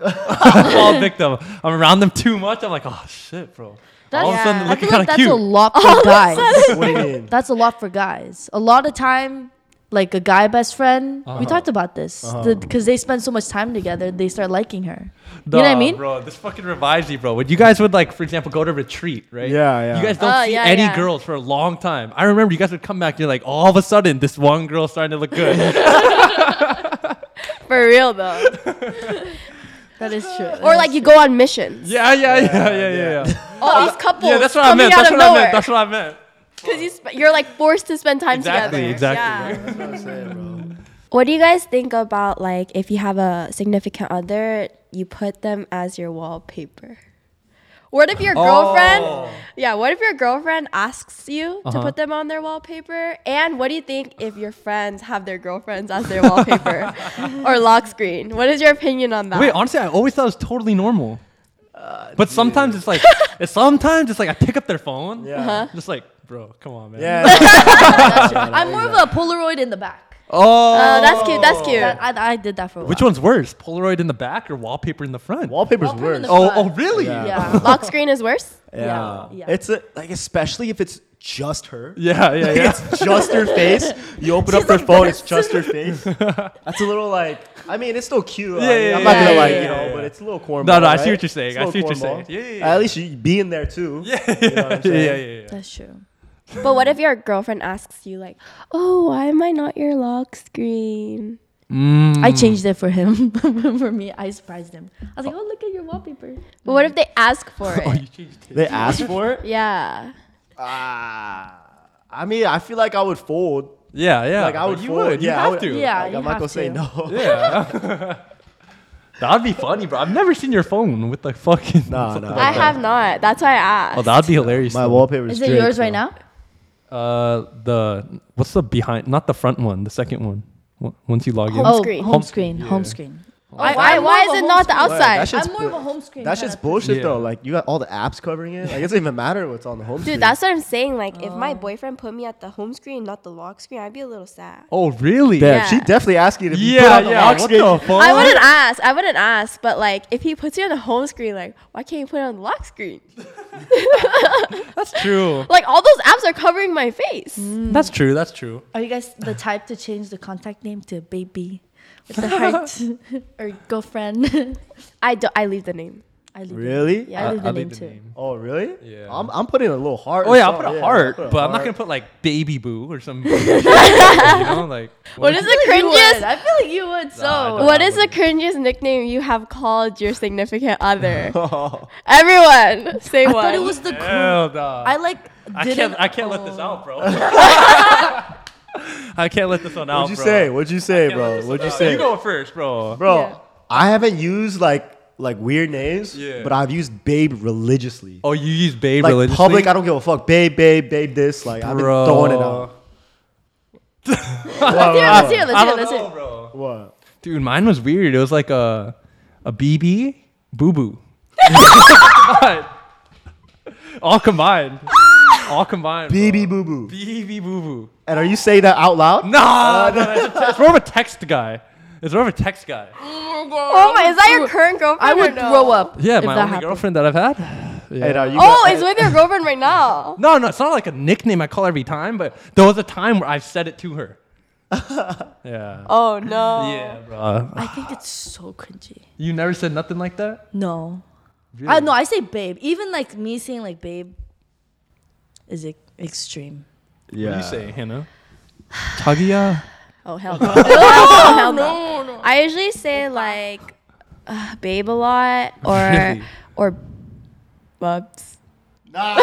Speaker 3: fallen victim. I'm around them too much. I'm like, oh shit, bro.
Speaker 4: That's-
Speaker 3: all
Speaker 2: Yeah.
Speaker 3: of a sudden, they're
Speaker 4: I
Speaker 3: looking
Speaker 4: feel
Speaker 3: kind of
Speaker 4: like that's
Speaker 3: cute.
Speaker 4: a lot for guys.
Speaker 1: What do you mean?
Speaker 4: that's a lot for guys. A lot of time, like a guy best friend,
Speaker 3: Uh-huh.
Speaker 4: we talked about this because they spend so much time together, they start liking her. you know what I
Speaker 3: Nah,
Speaker 4: mean?
Speaker 3: bro? This fucking revives you, bro. When you guys would like, for example, go to retreat, right?
Speaker 1: Yeah, yeah.
Speaker 3: You guys don't
Speaker 2: Oh,
Speaker 3: see
Speaker 2: yeah,
Speaker 3: any
Speaker 2: yeah.
Speaker 3: girls for a long time. I remember you guys would come back. You're like, all of a sudden, this one girl's starting to look good.
Speaker 2: For real though.
Speaker 4: That is true.
Speaker 2: or like you go on missions.
Speaker 3: yeah, yeah, yeah, yeah, yeah. yeah.
Speaker 2: All these couples
Speaker 3: Yeah, that's what I
Speaker 2: coming
Speaker 3: meant.
Speaker 2: out
Speaker 3: That's
Speaker 2: of
Speaker 3: what I
Speaker 2: nowhere.
Speaker 3: meant. That's what I meant.
Speaker 2: Because you sp- you're like forced to spend time
Speaker 3: Exactly,
Speaker 2: together.
Speaker 3: exactly.
Speaker 2: Yeah.
Speaker 1: That's what I'm saying, bro.
Speaker 2: What do you guys think about like if you have a significant other, you put them as your wallpaper? What if your girlfriend?
Speaker 3: Oh.
Speaker 2: Yeah, what if your girlfriend asks you to
Speaker 3: Uh-huh.
Speaker 2: put them on their wallpaper? And what do you think if your friends have their girlfriends as their wallpaper or lock screen? What is your opinion on that? Oh,
Speaker 3: Wait, honestly, I always thought it was totally normal. Uh, but sometimes it's like, it's sometimes it's like I pick up their phone.
Speaker 1: Yeah.
Speaker 2: Uh-huh.
Speaker 3: Just like, bro, come on, man.
Speaker 1: Yeah. yeah.
Speaker 4: I'm more of a Polaroid in the back.
Speaker 3: Oh.
Speaker 2: Oh, that's cute. That's cute.
Speaker 4: That, I, I did that for a while.
Speaker 3: Which one's worse, Polaroid in the back or wallpaper in the front?
Speaker 1: Wallpaper's
Speaker 4: Well, put 'em
Speaker 1: worse.
Speaker 4: in the
Speaker 3: oh,
Speaker 4: front.
Speaker 3: oh, really?
Speaker 1: Yeah.
Speaker 4: Yeah.
Speaker 2: lock screen is worse.
Speaker 1: Yeah.
Speaker 4: Yeah.
Speaker 1: It's a, like especially if it's just her.
Speaker 3: Yeah, yeah, yeah.
Speaker 1: It's just her face. You open up her phone, it's just her face. That's a little like. I mean, it's still cute. I
Speaker 3: Yeah,
Speaker 1: mean,
Speaker 3: yeah,
Speaker 1: I'm not
Speaker 2: yeah,
Speaker 1: gonna
Speaker 2: yeah,
Speaker 1: like
Speaker 2: yeah,
Speaker 1: you know,
Speaker 3: yeah.
Speaker 1: but it's a little cornball.
Speaker 3: No, no, I
Speaker 1: right?
Speaker 3: see what you're saying.
Speaker 1: It's
Speaker 3: I
Speaker 1: a
Speaker 3: see
Speaker 1: little
Speaker 3: what you're saying.
Speaker 1: cornball.
Speaker 3: Yeah, yeah, yeah.
Speaker 1: At least you be in there too. Yeah, you know what I'm
Speaker 3: yeah,
Speaker 1: saying?
Speaker 3: yeah, yeah, yeah.
Speaker 4: That's true.
Speaker 2: But what if your girlfriend asks you like, "Oh, why am I not your lock screen?"
Speaker 3: Hmm.
Speaker 4: I changed it for him. for me, I surprised him. I was like, oh, look at your wallpaper. Mm.
Speaker 2: But what if they ask for
Speaker 3: Oh,
Speaker 2: it?
Speaker 3: you changed it.
Speaker 1: They asked for it.
Speaker 2: yeah.
Speaker 1: Ah, I mean, I feel like I would fold.
Speaker 3: Yeah, yeah.
Speaker 1: Like, I
Speaker 3: but
Speaker 1: would
Speaker 3: you
Speaker 1: fold.
Speaker 3: would. You
Speaker 1: Yeah, I
Speaker 3: have
Speaker 1: would-
Speaker 3: to.
Speaker 4: Yeah,
Speaker 1: like,
Speaker 4: you
Speaker 1: I'm
Speaker 4: have
Speaker 1: not gonna say
Speaker 4: to.
Speaker 1: no.
Speaker 3: Yeah. that'd be funny, bro. I've never seen your phone with the fucking.
Speaker 1: Nah,
Speaker 3: something
Speaker 1: nah.
Speaker 3: like
Speaker 2: I
Speaker 3: that.
Speaker 2: have not. That's why I asked.
Speaker 3: Oh, that'd be hilarious.
Speaker 1: My
Speaker 3: though.
Speaker 1: wallpaper
Speaker 4: Is it yours right now?
Speaker 3: Uh, the what's the behind? Not the front one. The second one. Wh- Once you log in.
Speaker 2: Home
Speaker 4: oh,
Speaker 2: screen.
Speaker 4: home
Speaker 3: Home-
Speaker 4: screen. Home screen.
Speaker 2: Why,
Speaker 4: I'm
Speaker 2: why,
Speaker 4: more
Speaker 2: why
Speaker 4: of a
Speaker 2: is it
Speaker 4: home
Speaker 2: not the
Speaker 4: screen-
Speaker 1: Wait, that
Speaker 2: outside?
Speaker 1: shit's
Speaker 4: I'm more
Speaker 1: bu-
Speaker 4: of a home screen.
Speaker 1: That
Speaker 4: kinda
Speaker 1: shit's bullshit
Speaker 3: Yeah.
Speaker 1: though. Like you got all the apps covering it. Like it doesn't even matter what's on the home screen.
Speaker 2: Dude, that's what I'm saying. Like, if
Speaker 4: Oh.
Speaker 2: my boyfriend put me at the home screen, not the lock screen, I'd be a little sad.
Speaker 3: Oh, really?
Speaker 1: Damn,
Speaker 2: Yeah.
Speaker 1: she definitely asked you to be put
Speaker 3: Yeah,
Speaker 1: on the
Speaker 3: yeah.
Speaker 1: lock
Speaker 3: what
Speaker 1: screen.
Speaker 3: the fuck?
Speaker 2: I wouldn't ask. I wouldn't ask. But like, if he puts you on the home screen, like, why can't you put it on the lock screen?
Speaker 3: That's true.
Speaker 2: Like, all those apps are covering my face.
Speaker 4: Mm.
Speaker 1: Mm.
Speaker 3: That's true. That's true.
Speaker 4: Are you guys the type to change the contact name to baby with the heart or girlfriend?
Speaker 2: I do. I leave the name.
Speaker 4: I leave
Speaker 1: Really?
Speaker 4: The, yeah, I leave the name too.
Speaker 1: Oh really?
Speaker 3: Yeah.
Speaker 1: I'm, I'm putting a little heart.
Speaker 3: Oh
Speaker 1: or
Speaker 3: yeah, I'll
Speaker 1: something.
Speaker 3: put a
Speaker 1: Yeah,
Speaker 3: heart,
Speaker 1: put a
Speaker 3: but I'm not
Speaker 1: heart.
Speaker 3: gonna put like baby boo or some. bullshit, you know, like
Speaker 2: What is the
Speaker 4: You would.
Speaker 2: cringiest?
Speaker 4: I feel like you would so.
Speaker 3: Nah, I don't.
Speaker 2: What is the cringiest nickname you have called your significant other? Everyone, say
Speaker 4: I
Speaker 2: one.
Speaker 4: thought it was the group.
Speaker 3: Hell nah.
Speaker 4: I like.
Speaker 3: I
Speaker 4: didn't,
Speaker 3: can't. I can't let this out, bro. I can't let this one out.
Speaker 1: What'd you
Speaker 3: bro.
Speaker 1: say? What'd you say,
Speaker 3: Can't let
Speaker 1: bro?
Speaker 3: this
Speaker 1: What'd
Speaker 3: one
Speaker 1: you
Speaker 3: out.
Speaker 1: say,
Speaker 3: You go first, bro.
Speaker 1: bro?
Speaker 4: Yeah.
Speaker 1: I haven't used like like weird names,
Speaker 3: Yeah.
Speaker 1: but I've used babe religiously.
Speaker 3: Oh, you use babe
Speaker 1: like
Speaker 3: religiously.
Speaker 1: public, I don't give a fuck. Babe, babe, babe. This like I've been
Speaker 3: Bro.
Speaker 1: throwing it out. What, what,
Speaker 2: Let's hear it,
Speaker 1: what?
Speaker 2: let's hear it, let's
Speaker 3: I
Speaker 2: hear it,
Speaker 3: don't
Speaker 2: let's hear
Speaker 3: know,
Speaker 2: it.
Speaker 3: bro.
Speaker 1: What?
Speaker 3: Dude, mine was weird. It was like a a BB boo boo. All combined. All combined. bro.
Speaker 1: BB boo boo.
Speaker 3: BB boo boo.
Speaker 1: And are you saying that out loud?
Speaker 3: Nah, Uh, no, no, it's, it's more of a text guy. It's more of a text guy.
Speaker 2: Oh my! Is that your current girlfriend?
Speaker 4: I would
Speaker 2: or no?
Speaker 4: throw up.
Speaker 3: Yeah,
Speaker 4: if
Speaker 3: my
Speaker 4: that
Speaker 3: only
Speaker 4: happened.
Speaker 3: girlfriend that I've had. Yeah.
Speaker 1: Hey, now you
Speaker 2: Oh,
Speaker 1: got-
Speaker 2: it's with your girlfriend right now.
Speaker 3: no, no, it's not like a nickname I call every time, but there was a time where I've said it to her. yeah.
Speaker 2: Oh no.
Speaker 3: Yeah, bro.
Speaker 4: I think it's so cringy.
Speaker 3: You never said nothing like that?
Speaker 4: No.
Speaker 3: Really?
Speaker 4: I no. I say babe. Even like me saying like babe is e- extreme.
Speaker 1: yeah.
Speaker 3: What do you say, Hannah? Tagia?
Speaker 2: Oh hell no. oh, hell no. I usually say like uh, babe a lot or
Speaker 3: Really?
Speaker 2: or bubs.
Speaker 1: Nah.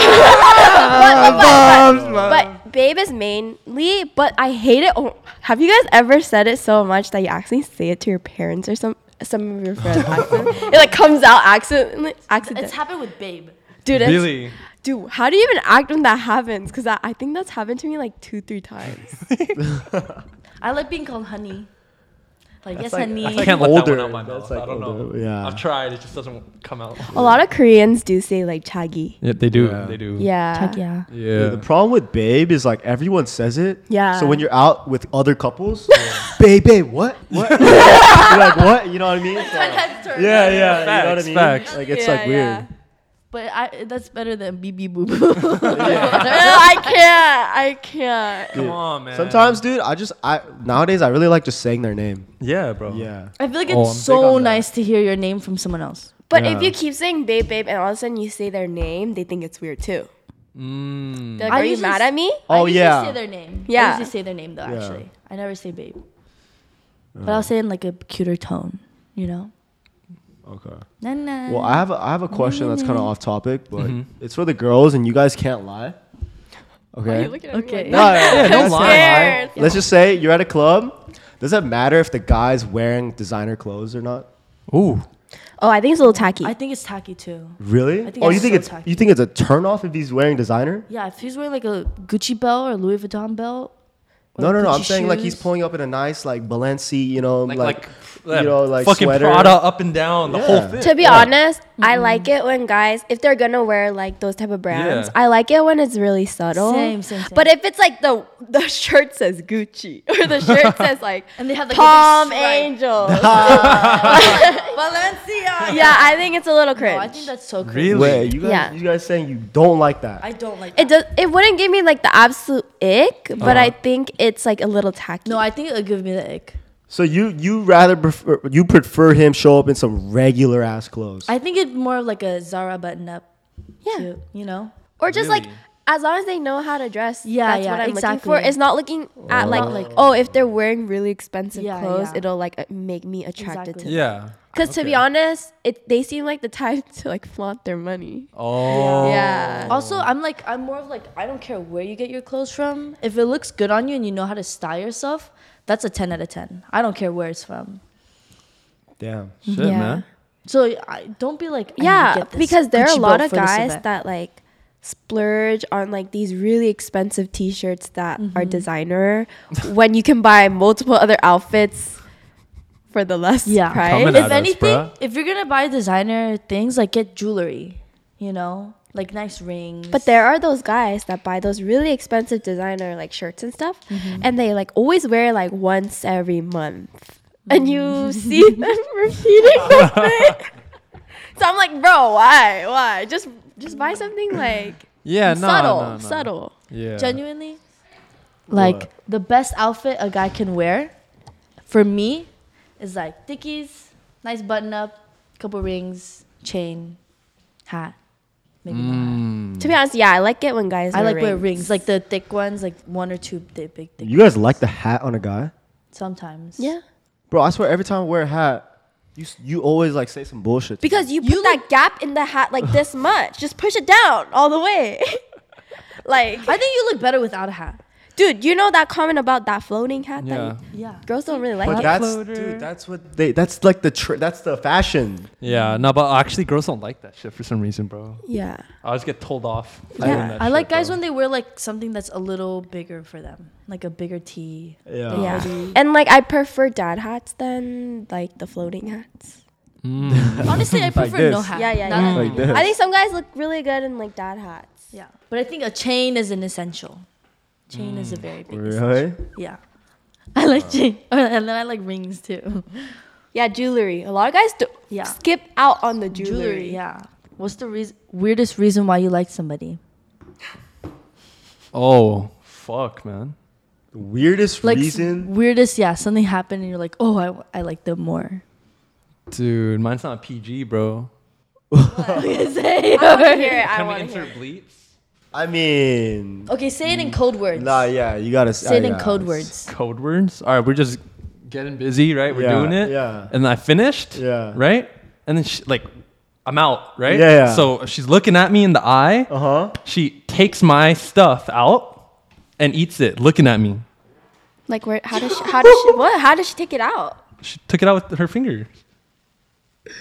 Speaker 2: But babe is mainly, but I hate it. Oh, have you guys ever said it so much that you actually say it to your parents or some some of your friends? accident- it like comes out accidentally.
Speaker 4: It's
Speaker 2: Accident.
Speaker 4: happened with babe.
Speaker 2: Dude, it's,
Speaker 3: Really?
Speaker 2: dude, how do you even act when that happens? Because I, I think that's happened to me like two, three times.
Speaker 4: I like being called honey. Like yes, honey.
Speaker 3: I can't let that
Speaker 1: Older.
Speaker 3: one out my mouth.
Speaker 1: That's like
Speaker 3: I don't
Speaker 1: older,
Speaker 3: know.
Speaker 1: yeah.
Speaker 3: I've tried. It just doesn't come out.
Speaker 2: A lot of Koreans do say like chagi.
Speaker 3: Yeah, they do.
Speaker 1: Yeah.
Speaker 3: They do.
Speaker 2: Yeah.
Speaker 4: yeah.
Speaker 1: Yeah, the problem with babe is like everyone says it.
Speaker 2: Yeah.
Speaker 1: So when you're out with other couples, babe, babe, what? What? you're like, what? You know what I mean? It's like- yeah, yeah. you know what I
Speaker 3: Facts,
Speaker 1: mean?
Speaker 3: facts.
Speaker 1: Like it's
Speaker 2: Yeah,
Speaker 1: like weird.
Speaker 4: But I, that's better than BB Boo Boo.
Speaker 2: I can't. I can't.
Speaker 1: Dude,
Speaker 3: Come on, man.
Speaker 1: Sometimes, dude, I just I nowadays I really like just saying their name.
Speaker 3: Yeah, bro.
Speaker 1: Yeah.
Speaker 4: I feel like
Speaker 3: Oh,
Speaker 4: it's
Speaker 3: I'm big
Speaker 4: so
Speaker 3: on that.
Speaker 4: nice to hear your name from someone else.
Speaker 2: But
Speaker 3: Yeah.
Speaker 2: if you keep saying babe, babe, and all of a sudden you say their name, they think it's weird too.
Speaker 3: Mm.
Speaker 2: They're
Speaker 4: I
Speaker 2: like, are you
Speaker 4: usually
Speaker 2: mad
Speaker 4: s-
Speaker 2: at me?
Speaker 1: Oh
Speaker 4: I
Speaker 1: yeah.
Speaker 4: Usually say their name. I
Speaker 2: Yeah.
Speaker 4: usually say their name though.
Speaker 1: Yeah.
Speaker 4: Actually, I never say babe. But I'll say it in like a cuter tone. You know.
Speaker 1: okay.
Speaker 4: Na na.
Speaker 1: Well, I have a, I have a question that's kind of
Speaker 4: Mm-hmm.
Speaker 1: off topic, but
Speaker 3: Mm-hmm.
Speaker 1: it's for the girls and you guys can't lie. Okay.
Speaker 4: okay.
Speaker 1: No, yeah, yeah, that's
Speaker 3: don't lie.
Speaker 1: not a lie.
Speaker 2: Scared.
Speaker 1: Let's just say you're at a club. Does it matter if the guy's wearing designer clothes or not?
Speaker 3: Ooh.
Speaker 2: Oh, I think it's a little tacky.
Speaker 4: I think it's tacky too.
Speaker 1: Really?
Speaker 4: I think
Speaker 1: oh,
Speaker 4: it's
Speaker 1: you think
Speaker 4: so
Speaker 1: it's
Speaker 4: tacky.
Speaker 1: you think it's a turnoff if he's wearing designer?
Speaker 4: Yeah, if he's wearing like a Gucci belt or Louis Vuitton belt. or
Speaker 1: No, no, no.
Speaker 4: Gucci
Speaker 1: I'm saying like he's
Speaker 4: shoes.
Speaker 1: pulling up in a nice like Balenci, you know,
Speaker 3: Like,
Speaker 1: like,
Speaker 3: like,
Speaker 1: you know, like
Speaker 3: fucking
Speaker 1: sweater.
Speaker 3: Prada up and down, the whole
Speaker 1: Yeah.
Speaker 3: thing.
Speaker 2: to be honest, I like it when guys, if they're gonna wear like those type of brands,
Speaker 3: Yeah.
Speaker 2: I like it when it's really subtle.
Speaker 4: Same, same, same.
Speaker 2: But if it's like the the shirt says Gucci or the shirt says like
Speaker 4: And they have like
Speaker 2: Palm
Speaker 4: a big stripe.
Speaker 2: Angels,
Speaker 4: Balenciaga.
Speaker 2: yeah, I think it's a little cringe.
Speaker 4: No, Oh, I think that's so cringe.
Speaker 3: Really?
Speaker 1: Wait, you guys,
Speaker 2: Yeah.
Speaker 1: you guys saying you don't like that?
Speaker 4: I don't like.
Speaker 2: it
Speaker 4: It
Speaker 2: does. It wouldn't give me like the absolute ick, but I think it's like a little tacky.
Speaker 4: Uh-huh. no, I think it'll give me the ick.
Speaker 1: so you you rather prefer you prefer him show up in some regular ass clothes?
Speaker 4: I think it's more of like a Zara button up.
Speaker 2: Yeah.
Speaker 4: too, you know.
Speaker 2: or just like
Speaker 3: Really?
Speaker 2: as long as they know how to dress.
Speaker 4: Yeah,
Speaker 2: that's
Speaker 4: yeah,
Speaker 2: what I'm looking for.
Speaker 4: exactly.
Speaker 2: It's not looking at like,
Speaker 4: Not like-
Speaker 2: oh, if they're wearing really expensive
Speaker 4: Yeah,
Speaker 2: clothes,
Speaker 4: yeah.
Speaker 2: it'll like uh, make me attracted
Speaker 4: Exactly.
Speaker 2: to. them.
Speaker 3: Yeah.
Speaker 2: Because to be honest, it they seem like the type to like flaunt their money.
Speaker 3: Oh.
Speaker 2: Yeah.
Speaker 4: Also, I'm like, I'm more of like, I don't care where you get your clothes from. If it looks good on you and you know how to style yourself, that's a 10 out of 10. I don't care where it's from.
Speaker 1: Damn.
Speaker 3: Shit,
Speaker 2: Yeah.
Speaker 3: man.
Speaker 4: So I, don't be like, I need to
Speaker 2: yeah,
Speaker 4: get this
Speaker 2: because there are a
Speaker 4: Gucci
Speaker 2: lot
Speaker 4: belt
Speaker 2: of
Speaker 4: for this
Speaker 2: guys
Speaker 4: event.
Speaker 2: that like splurge on like these really expensive
Speaker 4: Mm-hmm.
Speaker 2: t-shirts that are designer when you can buy multiple other outfits for the less
Speaker 4: Yeah.
Speaker 2: price.
Speaker 3: Coming
Speaker 4: if
Speaker 3: at us,
Speaker 4: anything,
Speaker 3: bruh.
Speaker 4: if you're gonna buy designer things, like get jewelry, you know, like nice rings.
Speaker 2: But there are those guys that buy those really expensive designer like shirts and stuff,
Speaker 4: Mm-hmm.
Speaker 2: and they like always wear like once every month,
Speaker 4: Mm-hmm.
Speaker 2: and you see them repeating the thing. So I'm like, bro, why, why? Just, just buy something like
Speaker 3: Yeah, no,
Speaker 2: subtle,
Speaker 3: no, no.
Speaker 2: subtle.
Speaker 3: Yeah.
Speaker 4: genuinely, like
Speaker 1: What?
Speaker 4: the best outfit a guy can wear, for me, is like Dickies, nice button up, couple rings, chain, hat, maybe. not hat.
Speaker 2: To be honest, yeah, I like it when guys.
Speaker 4: I
Speaker 2: wear
Speaker 4: like
Speaker 2: rings.
Speaker 4: wear rings, like the thick ones, like one or two th- big thick.
Speaker 1: You guys like the hat on a guy?
Speaker 4: Sometimes.
Speaker 2: Yeah,
Speaker 1: Bro, I swear every time I wear a hat, you s- you always like say some bullshit.
Speaker 2: because you put that gap in the hat like this much. Just push it down all the way. like,
Speaker 4: I think you look better without a hat.
Speaker 2: dude, you know that comment about that floating hat?
Speaker 3: Yeah.
Speaker 2: That
Speaker 4: Yeah.
Speaker 2: girls don't really like.
Speaker 1: but
Speaker 2: it.
Speaker 1: that's
Speaker 3: floater.
Speaker 1: dude, that's what they that's like the tr- that's the fashion.
Speaker 3: Yeah, no, but actually, girls don't like that shit for some reason, bro.
Speaker 2: yeah.
Speaker 3: I always get told off. for
Speaker 2: Yeah.
Speaker 3: doing that
Speaker 4: I like
Speaker 3: shit,
Speaker 4: guys
Speaker 3: bro.
Speaker 4: when they wear like something that's a little bigger for them, like a bigger tee.
Speaker 1: Yeah.
Speaker 4: like,
Speaker 2: Yeah.
Speaker 4: hoodie.
Speaker 2: And like I prefer dad hats than like the floating hats.
Speaker 4: Honestly, I
Speaker 1: Like
Speaker 4: prefer no
Speaker 1: this.
Speaker 4: hat.
Speaker 2: Yeah, yeah,
Speaker 4: Not
Speaker 2: yeah.
Speaker 4: that-
Speaker 1: Like this.
Speaker 2: I think some guys look really good in like dad hats.
Speaker 4: yeah. But I think a chain is an essential. Chain is a very big. essential.
Speaker 1: Really?
Speaker 4: Yeah. I like chain, and then I like rings too.
Speaker 2: Yeah, jewelry. A lot of guys do
Speaker 4: Yeah.
Speaker 2: skip out on the jewelry.
Speaker 4: Jewelry. Yeah. What's the reas weirdest reason why you like somebody?
Speaker 3: Oh, fuck, man.
Speaker 1: The weirdest
Speaker 4: Like s-
Speaker 1: reason.
Speaker 4: weirdest, yeah. Something happened and you're like, oh, I, I like them more.
Speaker 3: Dude, mine's not PG, bro.
Speaker 2: I
Speaker 4: say.
Speaker 2: want to hear it. I
Speaker 3: Can we
Speaker 2: want to hear
Speaker 3: insert
Speaker 2: it.
Speaker 3: bleeps?
Speaker 1: I mean,
Speaker 4: Okay, say it in code words.
Speaker 1: nah, yeah, you gotta
Speaker 4: Say it in code words.
Speaker 3: Code words? All right, we're just getting busy, right? We're
Speaker 1: Yeah,
Speaker 3: doing it.
Speaker 1: yeah.
Speaker 3: And I finished.
Speaker 1: Yeah.
Speaker 3: Right? And then, she, like, I'm out, right?
Speaker 1: Yeah, yeah.
Speaker 3: So she's looking at me in the eye.
Speaker 1: Uh huh.
Speaker 3: She takes my stuff out and eats it, looking at me.
Speaker 2: Like where? How does she? How does she? What? How does she take it out?
Speaker 3: She took it out with her finger.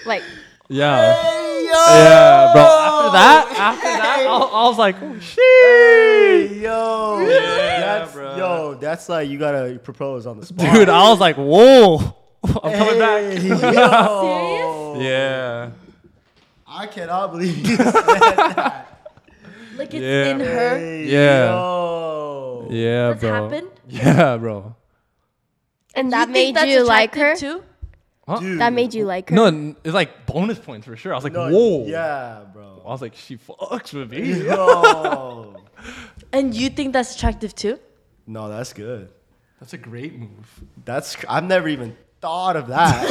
Speaker 2: Like
Speaker 3: Yeah. Yeah, bro. After that, after that, I, I was like, oh, shit.
Speaker 1: Yo, that's,
Speaker 3: bro.
Speaker 1: yo, that's like you gotta propose on the spot,
Speaker 3: Dude, I was like, whoa. I'm coming back.
Speaker 1: Hey, yo.
Speaker 3: Yeah.
Speaker 1: I cannot believe you said that.
Speaker 4: Like it's
Speaker 3: Yeah.
Speaker 4: in her.
Speaker 1: Hey,
Speaker 3: Yeah.
Speaker 1: yo.
Speaker 3: Yeah,
Speaker 4: That's
Speaker 3: bro.
Speaker 4: happened.
Speaker 3: Yeah, bro.
Speaker 2: and
Speaker 4: You
Speaker 2: that
Speaker 4: think
Speaker 2: made
Speaker 4: that's
Speaker 2: you like her.
Speaker 4: attractive Too?
Speaker 1: Dude.
Speaker 2: That made you like her.
Speaker 3: No, n- it's like bonus points for sure. I was like,
Speaker 1: No,
Speaker 3: whoa.
Speaker 1: Yeah, bro.
Speaker 3: I was like, she fucks with me.
Speaker 1: Yo.
Speaker 4: And you think that's attractive too?
Speaker 1: no, that's good.
Speaker 3: That's a great move.
Speaker 1: That's cr- I've never even thought of that.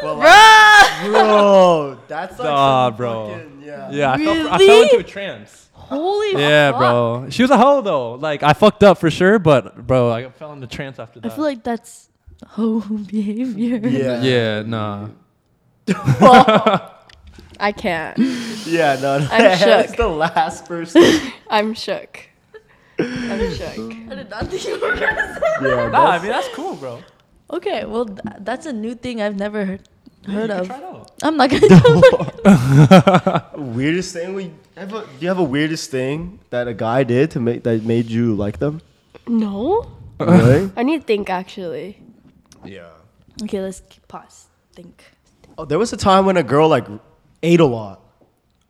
Speaker 1: But like, bro, that's like
Speaker 3: Nah,
Speaker 1: some
Speaker 3: bro.
Speaker 1: fucking- yeah.
Speaker 3: Yeah, I, fell, I
Speaker 4: Really?
Speaker 3: fell into a trance.
Speaker 4: Holy
Speaker 3: Yeah,
Speaker 4: fuck.
Speaker 3: bro. She was a hoe though. Like I fucked up for sure, but bro, I fell into trance after
Speaker 4: I
Speaker 3: that.
Speaker 4: feel like that's hoe behavior.
Speaker 1: Yeah.
Speaker 3: yeah, nah.
Speaker 2: I can't.
Speaker 1: Yeah, no, no.
Speaker 2: I'm
Speaker 1: that's
Speaker 2: shook.
Speaker 1: the last person. yeah,
Speaker 2: I'm shook. I'm shook.
Speaker 4: I did not think you were gonna say that.
Speaker 3: Nah,
Speaker 1: that's-
Speaker 3: I mean that's cool, bro.
Speaker 4: Okay, well th- that's a new thing I've never heard heard
Speaker 3: You can
Speaker 4: of.
Speaker 3: try it out.
Speaker 4: I'm not gonna. do it.
Speaker 1: weirdest thing we ever do you have a weirdest thing that a guy did to make that made you like them?
Speaker 2: No,
Speaker 1: Really?
Speaker 2: I need to think actually.
Speaker 1: yeah.
Speaker 4: okay, let's keep- pause. Think.
Speaker 1: Oh, there was a time when a girl like ate a lot.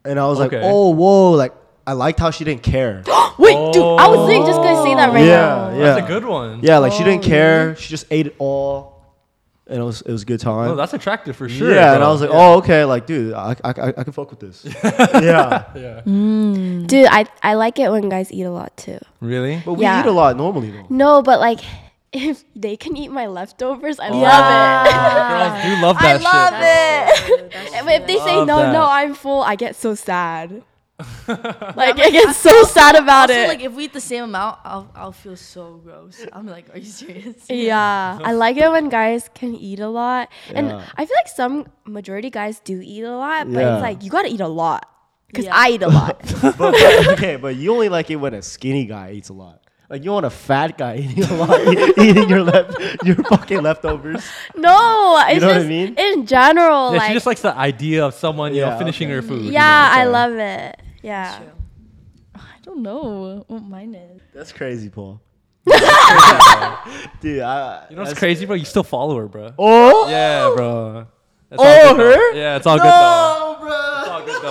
Speaker 1: And I was like,
Speaker 3: Okay.
Speaker 1: "Oh, whoa, like I liked how she didn't care."
Speaker 2: Wait,
Speaker 4: Oh.
Speaker 2: dude, I was literally just gonna say that right now.
Speaker 1: yeah, yeah.
Speaker 3: Oh, That's a good Oh, one.
Speaker 1: Yeah, like she didn't care. She just ate it all, and it was it was a good time.
Speaker 3: No, Oh, that's attractive for sure.
Speaker 1: yeah,
Speaker 3: bro.
Speaker 1: and I was like, oh okay, like dude, I I, I, I can fuck with this. yeah,
Speaker 2: Dude, I, I like it when guys eat a lot too.
Speaker 3: really?
Speaker 1: but we
Speaker 2: Yeah.
Speaker 1: eat a lot normally though.
Speaker 2: No, but like if they can eat my leftovers, I love it.
Speaker 3: Girls do love
Speaker 2: I
Speaker 3: that
Speaker 2: love
Speaker 3: shit.
Speaker 2: it. And if they say
Speaker 3: Love
Speaker 2: no,
Speaker 3: that.
Speaker 2: no, I'm full, I get so sad. like I get so sad about
Speaker 4: Also,
Speaker 2: it.
Speaker 4: like if we eat the same amount, I'll I'll feel so gross. I'm like, are you serious?
Speaker 2: yeah, I like it when guys can eat a lot, and
Speaker 1: Yeah.
Speaker 2: I feel like some majority guys do eat a lot, but
Speaker 1: Yeah.
Speaker 2: it's like you gotta eat a lot because
Speaker 4: Yeah.
Speaker 2: I eat a lot.
Speaker 1: But, but- okay, but you only like it when a skinny guy eats a lot. Like you want a fat guy eating a lot, e- eating your left your fucking leftovers.
Speaker 2: no, it's
Speaker 1: know what I
Speaker 2: just
Speaker 1: mean?
Speaker 2: in general,
Speaker 3: Yeah,
Speaker 2: like
Speaker 3: she just likes the idea of someone, you
Speaker 1: Yeah,
Speaker 3: know, finishing
Speaker 1: okay.
Speaker 3: her food. you know,
Speaker 2: yeah, I
Speaker 3: so.
Speaker 2: love it. Yeah.
Speaker 4: I don't know what mine is.
Speaker 1: That's crazy, Paul. Dude, I,
Speaker 3: You know what's
Speaker 1: that's-
Speaker 3: crazy, bro? You still follow her, bro.
Speaker 1: Oh,
Speaker 3: Yeah, bro. That's
Speaker 1: Oh,
Speaker 3: all good, though.
Speaker 1: her?
Speaker 3: Yeah, it's all
Speaker 1: no,
Speaker 3: good though.
Speaker 1: bro.
Speaker 3: all good, though.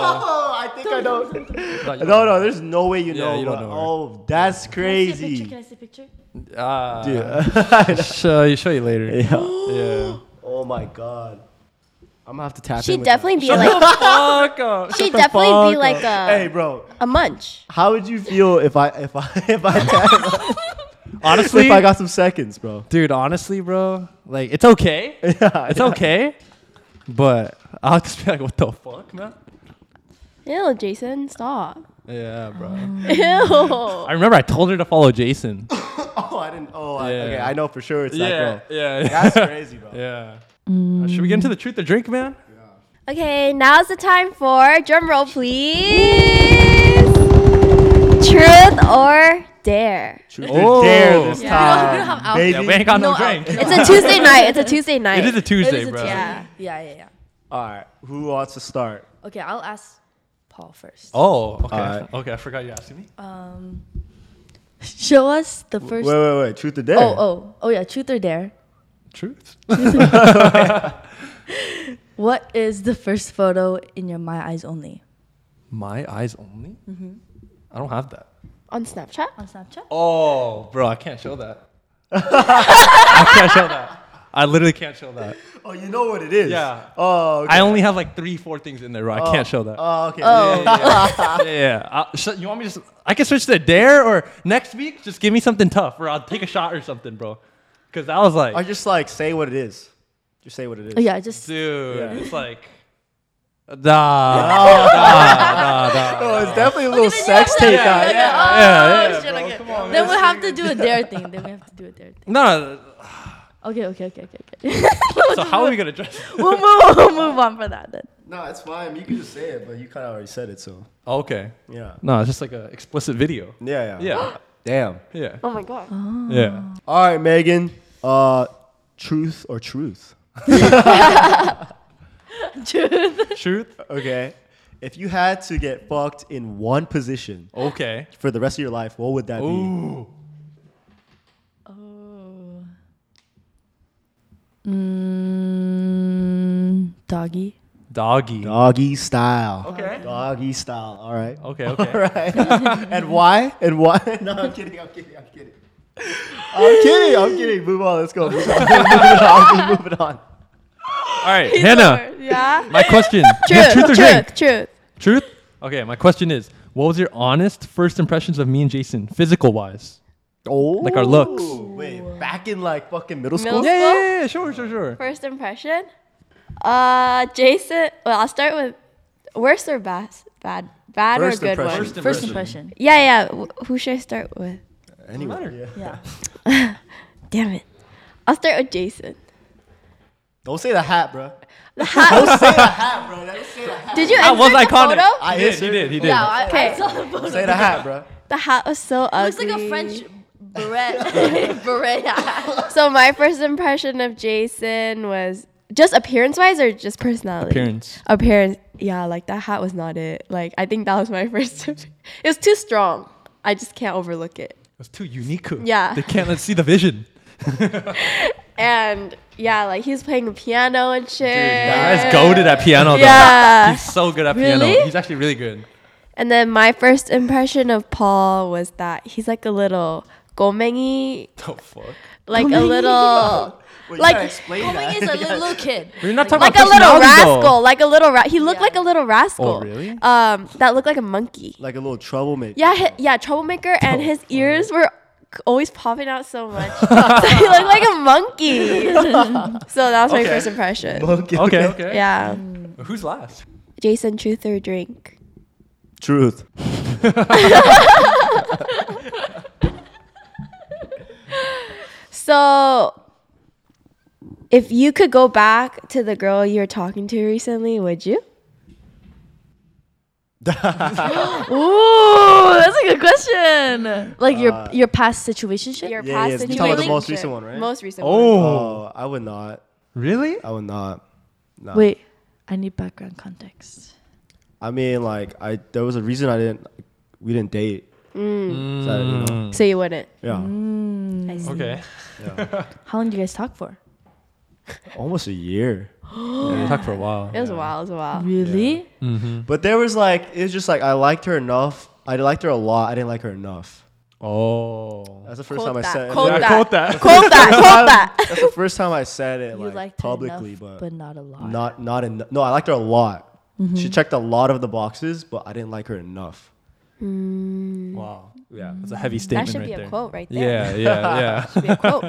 Speaker 1: No, I think I know.
Speaker 3: It's all- you
Speaker 1: No, no, there's no way you
Speaker 3: Yeah,
Speaker 1: know.
Speaker 3: you don't
Speaker 1: bro.
Speaker 3: know her.
Speaker 1: Oh, that's crazy.
Speaker 4: Can I see a picture?
Speaker 3: Ah,
Speaker 1: Dude.
Speaker 3: show you show you later. Yeah.
Speaker 1: Yeah. Oh my god. I'm gonna have to tap
Speaker 2: She'd
Speaker 1: in with
Speaker 2: definitely be like,
Speaker 3: Fuck up.
Speaker 2: she'd definitely be like
Speaker 1: her. Hey,
Speaker 2: a,
Speaker 1: bro.
Speaker 2: a munch.
Speaker 1: How would you feel if I if I if I tap,
Speaker 3: Honestly,
Speaker 1: if I got some seconds, bro?
Speaker 3: dude. Honestly, bro. Like, it's okay.
Speaker 1: Yeah,
Speaker 3: It's
Speaker 1: yeah.
Speaker 3: okay. But I'll just be like, what the fuck, man?
Speaker 2: Ew, Jason, stop.
Speaker 3: Yeah, bro.
Speaker 2: Ew.
Speaker 3: I remember I told her to follow Jason.
Speaker 1: Oh, I didn't. Oh, I,
Speaker 3: Yeah.
Speaker 1: okay. I know for sure it's
Speaker 3: yeah,
Speaker 1: that girl.
Speaker 3: yeah,
Speaker 1: That's crazy, bro.
Speaker 3: yeah. Uh, should we get into the truth or drink, man?
Speaker 2: Okay, now's the time for drum roll, please. Truth or dare?
Speaker 1: Truth
Speaker 3: Oh.
Speaker 1: or dare this
Speaker 3: Yeah.
Speaker 1: time,
Speaker 4: We don't- we don't have
Speaker 1: baby.
Speaker 3: Yeah, we ain't got no,
Speaker 4: No,
Speaker 3: drink.
Speaker 4: I'll-
Speaker 2: It's a Tuesday night. It's a Tuesday night.
Speaker 3: It is a
Speaker 4: It
Speaker 3: Tuesday,
Speaker 4: is a
Speaker 3: bro.
Speaker 4: Tuesday. Yeah, yeah, yeah.
Speaker 1: All right, who wants to start?
Speaker 4: Okay, I'll ask Paul first.
Speaker 3: Oh, okay.
Speaker 1: Alright.
Speaker 3: Okay, I forgot you asking me.
Speaker 4: Um, show us the first.
Speaker 1: Wait, wait, wait. Truth or dare?
Speaker 4: Oh, oh, oh yeah, truth or dare.
Speaker 3: Truth.
Speaker 4: What is the first photo in your My Eyes Only
Speaker 3: My eyes only? Mm-hmm. I don't have that.
Speaker 2: On Snapchat?
Speaker 4: on Snapchat?
Speaker 3: Oh, bro, I can't show that. I can't show that. I literally can't show that.
Speaker 1: Oh, you know what it is.
Speaker 3: Yeah.
Speaker 1: Oh. Okay.
Speaker 3: I only have like three, four things in there, bro. I can't show that.
Speaker 1: Oh, okay.
Speaker 3: yeah, yeah. I'll- sh- you want me to? s- I can switch to dare or next week. Just give me something tough, or I'll take a shot or something, bro. Cause I was like,
Speaker 1: I just like say what it is. Just say what it is.
Speaker 4: Oh, yeah, just
Speaker 3: dude,
Speaker 1: Yeah.
Speaker 3: it's like, nah,
Speaker 1: Oh, it's definitely a little
Speaker 4: then you
Speaker 1: sex
Speaker 4: have to-
Speaker 1: tape
Speaker 4: yeah,
Speaker 1: guy.
Speaker 4: yeah,
Speaker 1: Yeah.
Speaker 4: yeah.
Speaker 3: yeah, yeah,
Speaker 4: shit,
Speaker 3: bro,
Speaker 4: okay.
Speaker 3: come on,
Speaker 4: Then we have to do a dare thing. Then we have to do a dare thing.
Speaker 3: no.
Speaker 4: Okay, okay, okay, okay, okay.
Speaker 3: So how are we gonna dress?
Speaker 4: we'll, move, we'll move on for that then.
Speaker 1: No, it's fine. You can just say it, but you kind of already said it, so
Speaker 3: Okay.
Speaker 1: yeah.
Speaker 3: No, it's just like a explicit video.
Speaker 1: Yeah, yeah.
Speaker 3: Yeah,
Speaker 1: Damn.
Speaker 3: yeah,
Speaker 2: Oh my god.
Speaker 3: yeah.
Speaker 1: All right, Megan. Uh, truth or truth?
Speaker 3: Truth.
Speaker 1: Okay. If you had to get fucked in one position
Speaker 3: Okay.
Speaker 1: for the rest of your life, what would that be?
Speaker 3: Ooh.
Speaker 4: Oh. Mm, doggy.
Speaker 3: Doggy.
Speaker 1: Doggy style.
Speaker 3: Okay.
Speaker 1: Doggy style. All right.
Speaker 3: Okay. Okay.
Speaker 1: All right. and why? And why? No, I'm kidding. I'm kidding. I'm kidding. I'm kidding. I'm kidding. Move on. Let's go. Move on. Move on. Move it on.
Speaker 3: All right, Hannah.
Speaker 2: Yeah?
Speaker 3: My question. You
Speaker 2: Truth,
Speaker 3: have
Speaker 2: truth,
Speaker 3: truth or drink?
Speaker 2: truth, truth.
Speaker 3: Truth? Okay, my question is what was your honest first impressions of me and Jason, physical wise?
Speaker 1: Oh.
Speaker 3: Like our looks.
Speaker 1: Wait, back in like fucking middle
Speaker 2: Middle
Speaker 1: school?
Speaker 2: Yeah, yeah, yeah,
Speaker 3: sure, sure, sure.
Speaker 2: First impression? Uh, Jason, well, I'll start with worst or best? Bad, bad
Speaker 1: First
Speaker 2: or good
Speaker 1: impression.
Speaker 2: one?
Speaker 1: First
Speaker 4: First impression.
Speaker 2: Yeah, yeah. wh- Who should I start with?
Speaker 1: Anyway. Yeah.
Speaker 4: Yeah.
Speaker 2: Damn it. I'll start with Jason.
Speaker 1: Don't say the hat, bro. Don't say the hat, bro. Don't say the hat.
Speaker 2: Did you
Speaker 3: That
Speaker 2: insert
Speaker 3: was
Speaker 2: the
Speaker 3: iconic.
Speaker 2: photo?
Speaker 1: I
Speaker 3: He did,
Speaker 1: answered.
Speaker 3: he did, he did.
Speaker 4: Yeah, Oh, I,
Speaker 2: Okay.
Speaker 4: I saw the photo.
Speaker 1: Say the hat, bro.
Speaker 2: The hat was so ugly.
Speaker 4: Looks like a French beret. beret. hat.
Speaker 2: So my first impression of Jason was just appearance wise or just personality?
Speaker 3: Appearance.
Speaker 2: Appearance. Yeah, like that hat was not it. Like I think that was my first It was too strong. I just can't overlook it.
Speaker 3: It was too unique.
Speaker 2: Yeah.
Speaker 3: They can't let see the vision.
Speaker 2: And yeah, like he was playing the piano and shit.
Speaker 3: That guy's goaded at piano, though.
Speaker 2: Yeah.
Speaker 3: He's so good at piano.
Speaker 2: Really?
Speaker 3: He's actually really good.
Speaker 2: And then my first impression of Paul was that he's like a little gomengi,
Speaker 3: Oh, fuck.
Speaker 2: like a little
Speaker 1: Wait,
Speaker 2: Like,
Speaker 1: gotta explain
Speaker 4: Homie is a little, little kid.
Speaker 3: We're not talking
Speaker 2: like a
Speaker 3: about
Speaker 2: little
Speaker 3: personality, though.
Speaker 2: rascal, like a little ra- he looked
Speaker 4: Yeah.
Speaker 2: like a little rascal.
Speaker 3: Oh, really?
Speaker 2: Um that looked like a monkey.
Speaker 1: Like a little troublemaker.
Speaker 2: Yeah, hi yeah, troublemaker, and his ears were c- always popping out so much. so he looked like a monkey. so that was my
Speaker 3: Okay.
Speaker 2: first impression.
Speaker 1: Okay.
Speaker 3: Okay, okay.
Speaker 2: Yeah,
Speaker 3: Who's last?
Speaker 2: Jason, truth or drink?
Speaker 1: Truth.
Speaker 2: So, if you could go back to the girl you were talking to recently, would you?
Speaker 4: Ooh, that's a good question. Like your your past situation.
Speaker 2: Your
Speaker 1: Yeah,
Speaker 2: past
Speaker 1: yeah, it's-
Speaker 2: situation.
Speaker 1: you're talking about the most
Speaker 2: Relationship.
Speaker 1: recent one, right?
Speaker 2: Most recent one.
Speaker 3: Oh,
Speaker 1: Oh, I would not.
Speaker 3: really?
Speaker 1: I would not. Nah.
Speaker 4: Wait, I need background context.
Speaker 1: I mean, like, I there was a reason I didn't. We didn't date. So, you know,
Speaker 3: Mm.
Speaker 2: So you wouldn't.
Speaker 1: yeah.
Speaker 4: I see.
Speaker 3: Okay.
Speaker 4: How long do you guys talk for?
Speaker 1: Almost a year.
Speaker 3: Yeah, we talked for a while.
Speaker 2: It was a while. It was a
Speaker 1: Uh,
Speaker 2: while.
Speaker 4: Really?
Speaker 3: Mm.
Speaker 1: But there was like it was just like I liked her enough. I liked her a lot. I didn't like her enough.
Speaker 3: Oh.
Speaker 1: That's the first
Speaker 2: Quote
Speaker 1: time I said
Speaker 2: that.
Speaker 1: it.
Speaker 2: Quote
Speaker 3: Yeah,
Speaker 2: that.
Speaker 3: quote that.
Speaker 2: Quote that. Quote that.
Speaker 1: That's the first time I said it
Speaker 4: You
Speaker 1: like,
Speaker 4: liked her
Speaker 1: publicly,
Speaker 4: enough,
Speaker 1: but,
Speaker 4: but not a lot.
Speaker 1: not not enough. No, I liked her a lot. She checked a lot of the boxes, but I didn't like her enough.
Speaker 3: Wow. Yeah, that's a heavy
Speaker 2: That
Speaker 3: statement
Speaker 2: should
Speaker 3: right
Speaker 2: be a
Speaker 3: there.
Speaker 2: quote right there.
Speaker 3: Yeah, yeah, yeah.
Speaker 2: Should be a quote.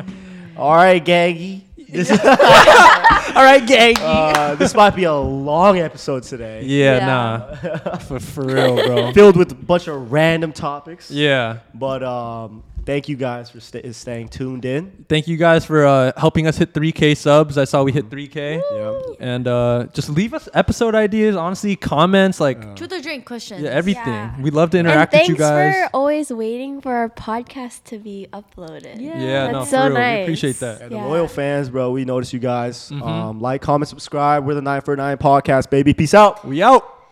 Speaker 1: All right, gangy. This is,
Speaker 3: All right, gang.
Speaker 1: uh, this might be a long episode today,
Speaker 3: yeah,
Speaker 4: Yeah.
Speaker 3: nah. for, for real, bro.
Speaker 1: filled with a bunch of random topics.
Speaker 3: yeah.
Speaker 1: But um, thank you guys for sta staying tuned in.
Speaker 3: Thank you guys for uh, helping us hit 3K subs. I saw we hit 3K.
Speaker 1: Yeah.
Speaker 3: And uh, just leave us episode ideas, honestly, comments, like
Speaker 4: Truth or drink question.
Speaker 3: yeah, everything.
Speaker 2: Yeah.
Speaker 3: We'd love to
Speaker 2: and
Speaker 3: interact with
Speaker 2: thanks
Speaker 3: you guys.
Speaker 2: for always waiting for our podcast to be uploaded.
Speaker 4: Yeah.
Speaker 3: yeah, no,
Speaker 2: That's
Speaker 3: for
Speaker 2: so
Speaker 3: real. We
Speaker 2: nice.
Speaker 3: appreciate that.
Speaker 1: And the
Speaker 2: Yeah.
Speaker 1: loyal fans, bro, Mm-hmm. we notice you guys. Um, like, comment, subscribe. We're the 949 podcast, baby. Peace out.
Speaker 3: We out.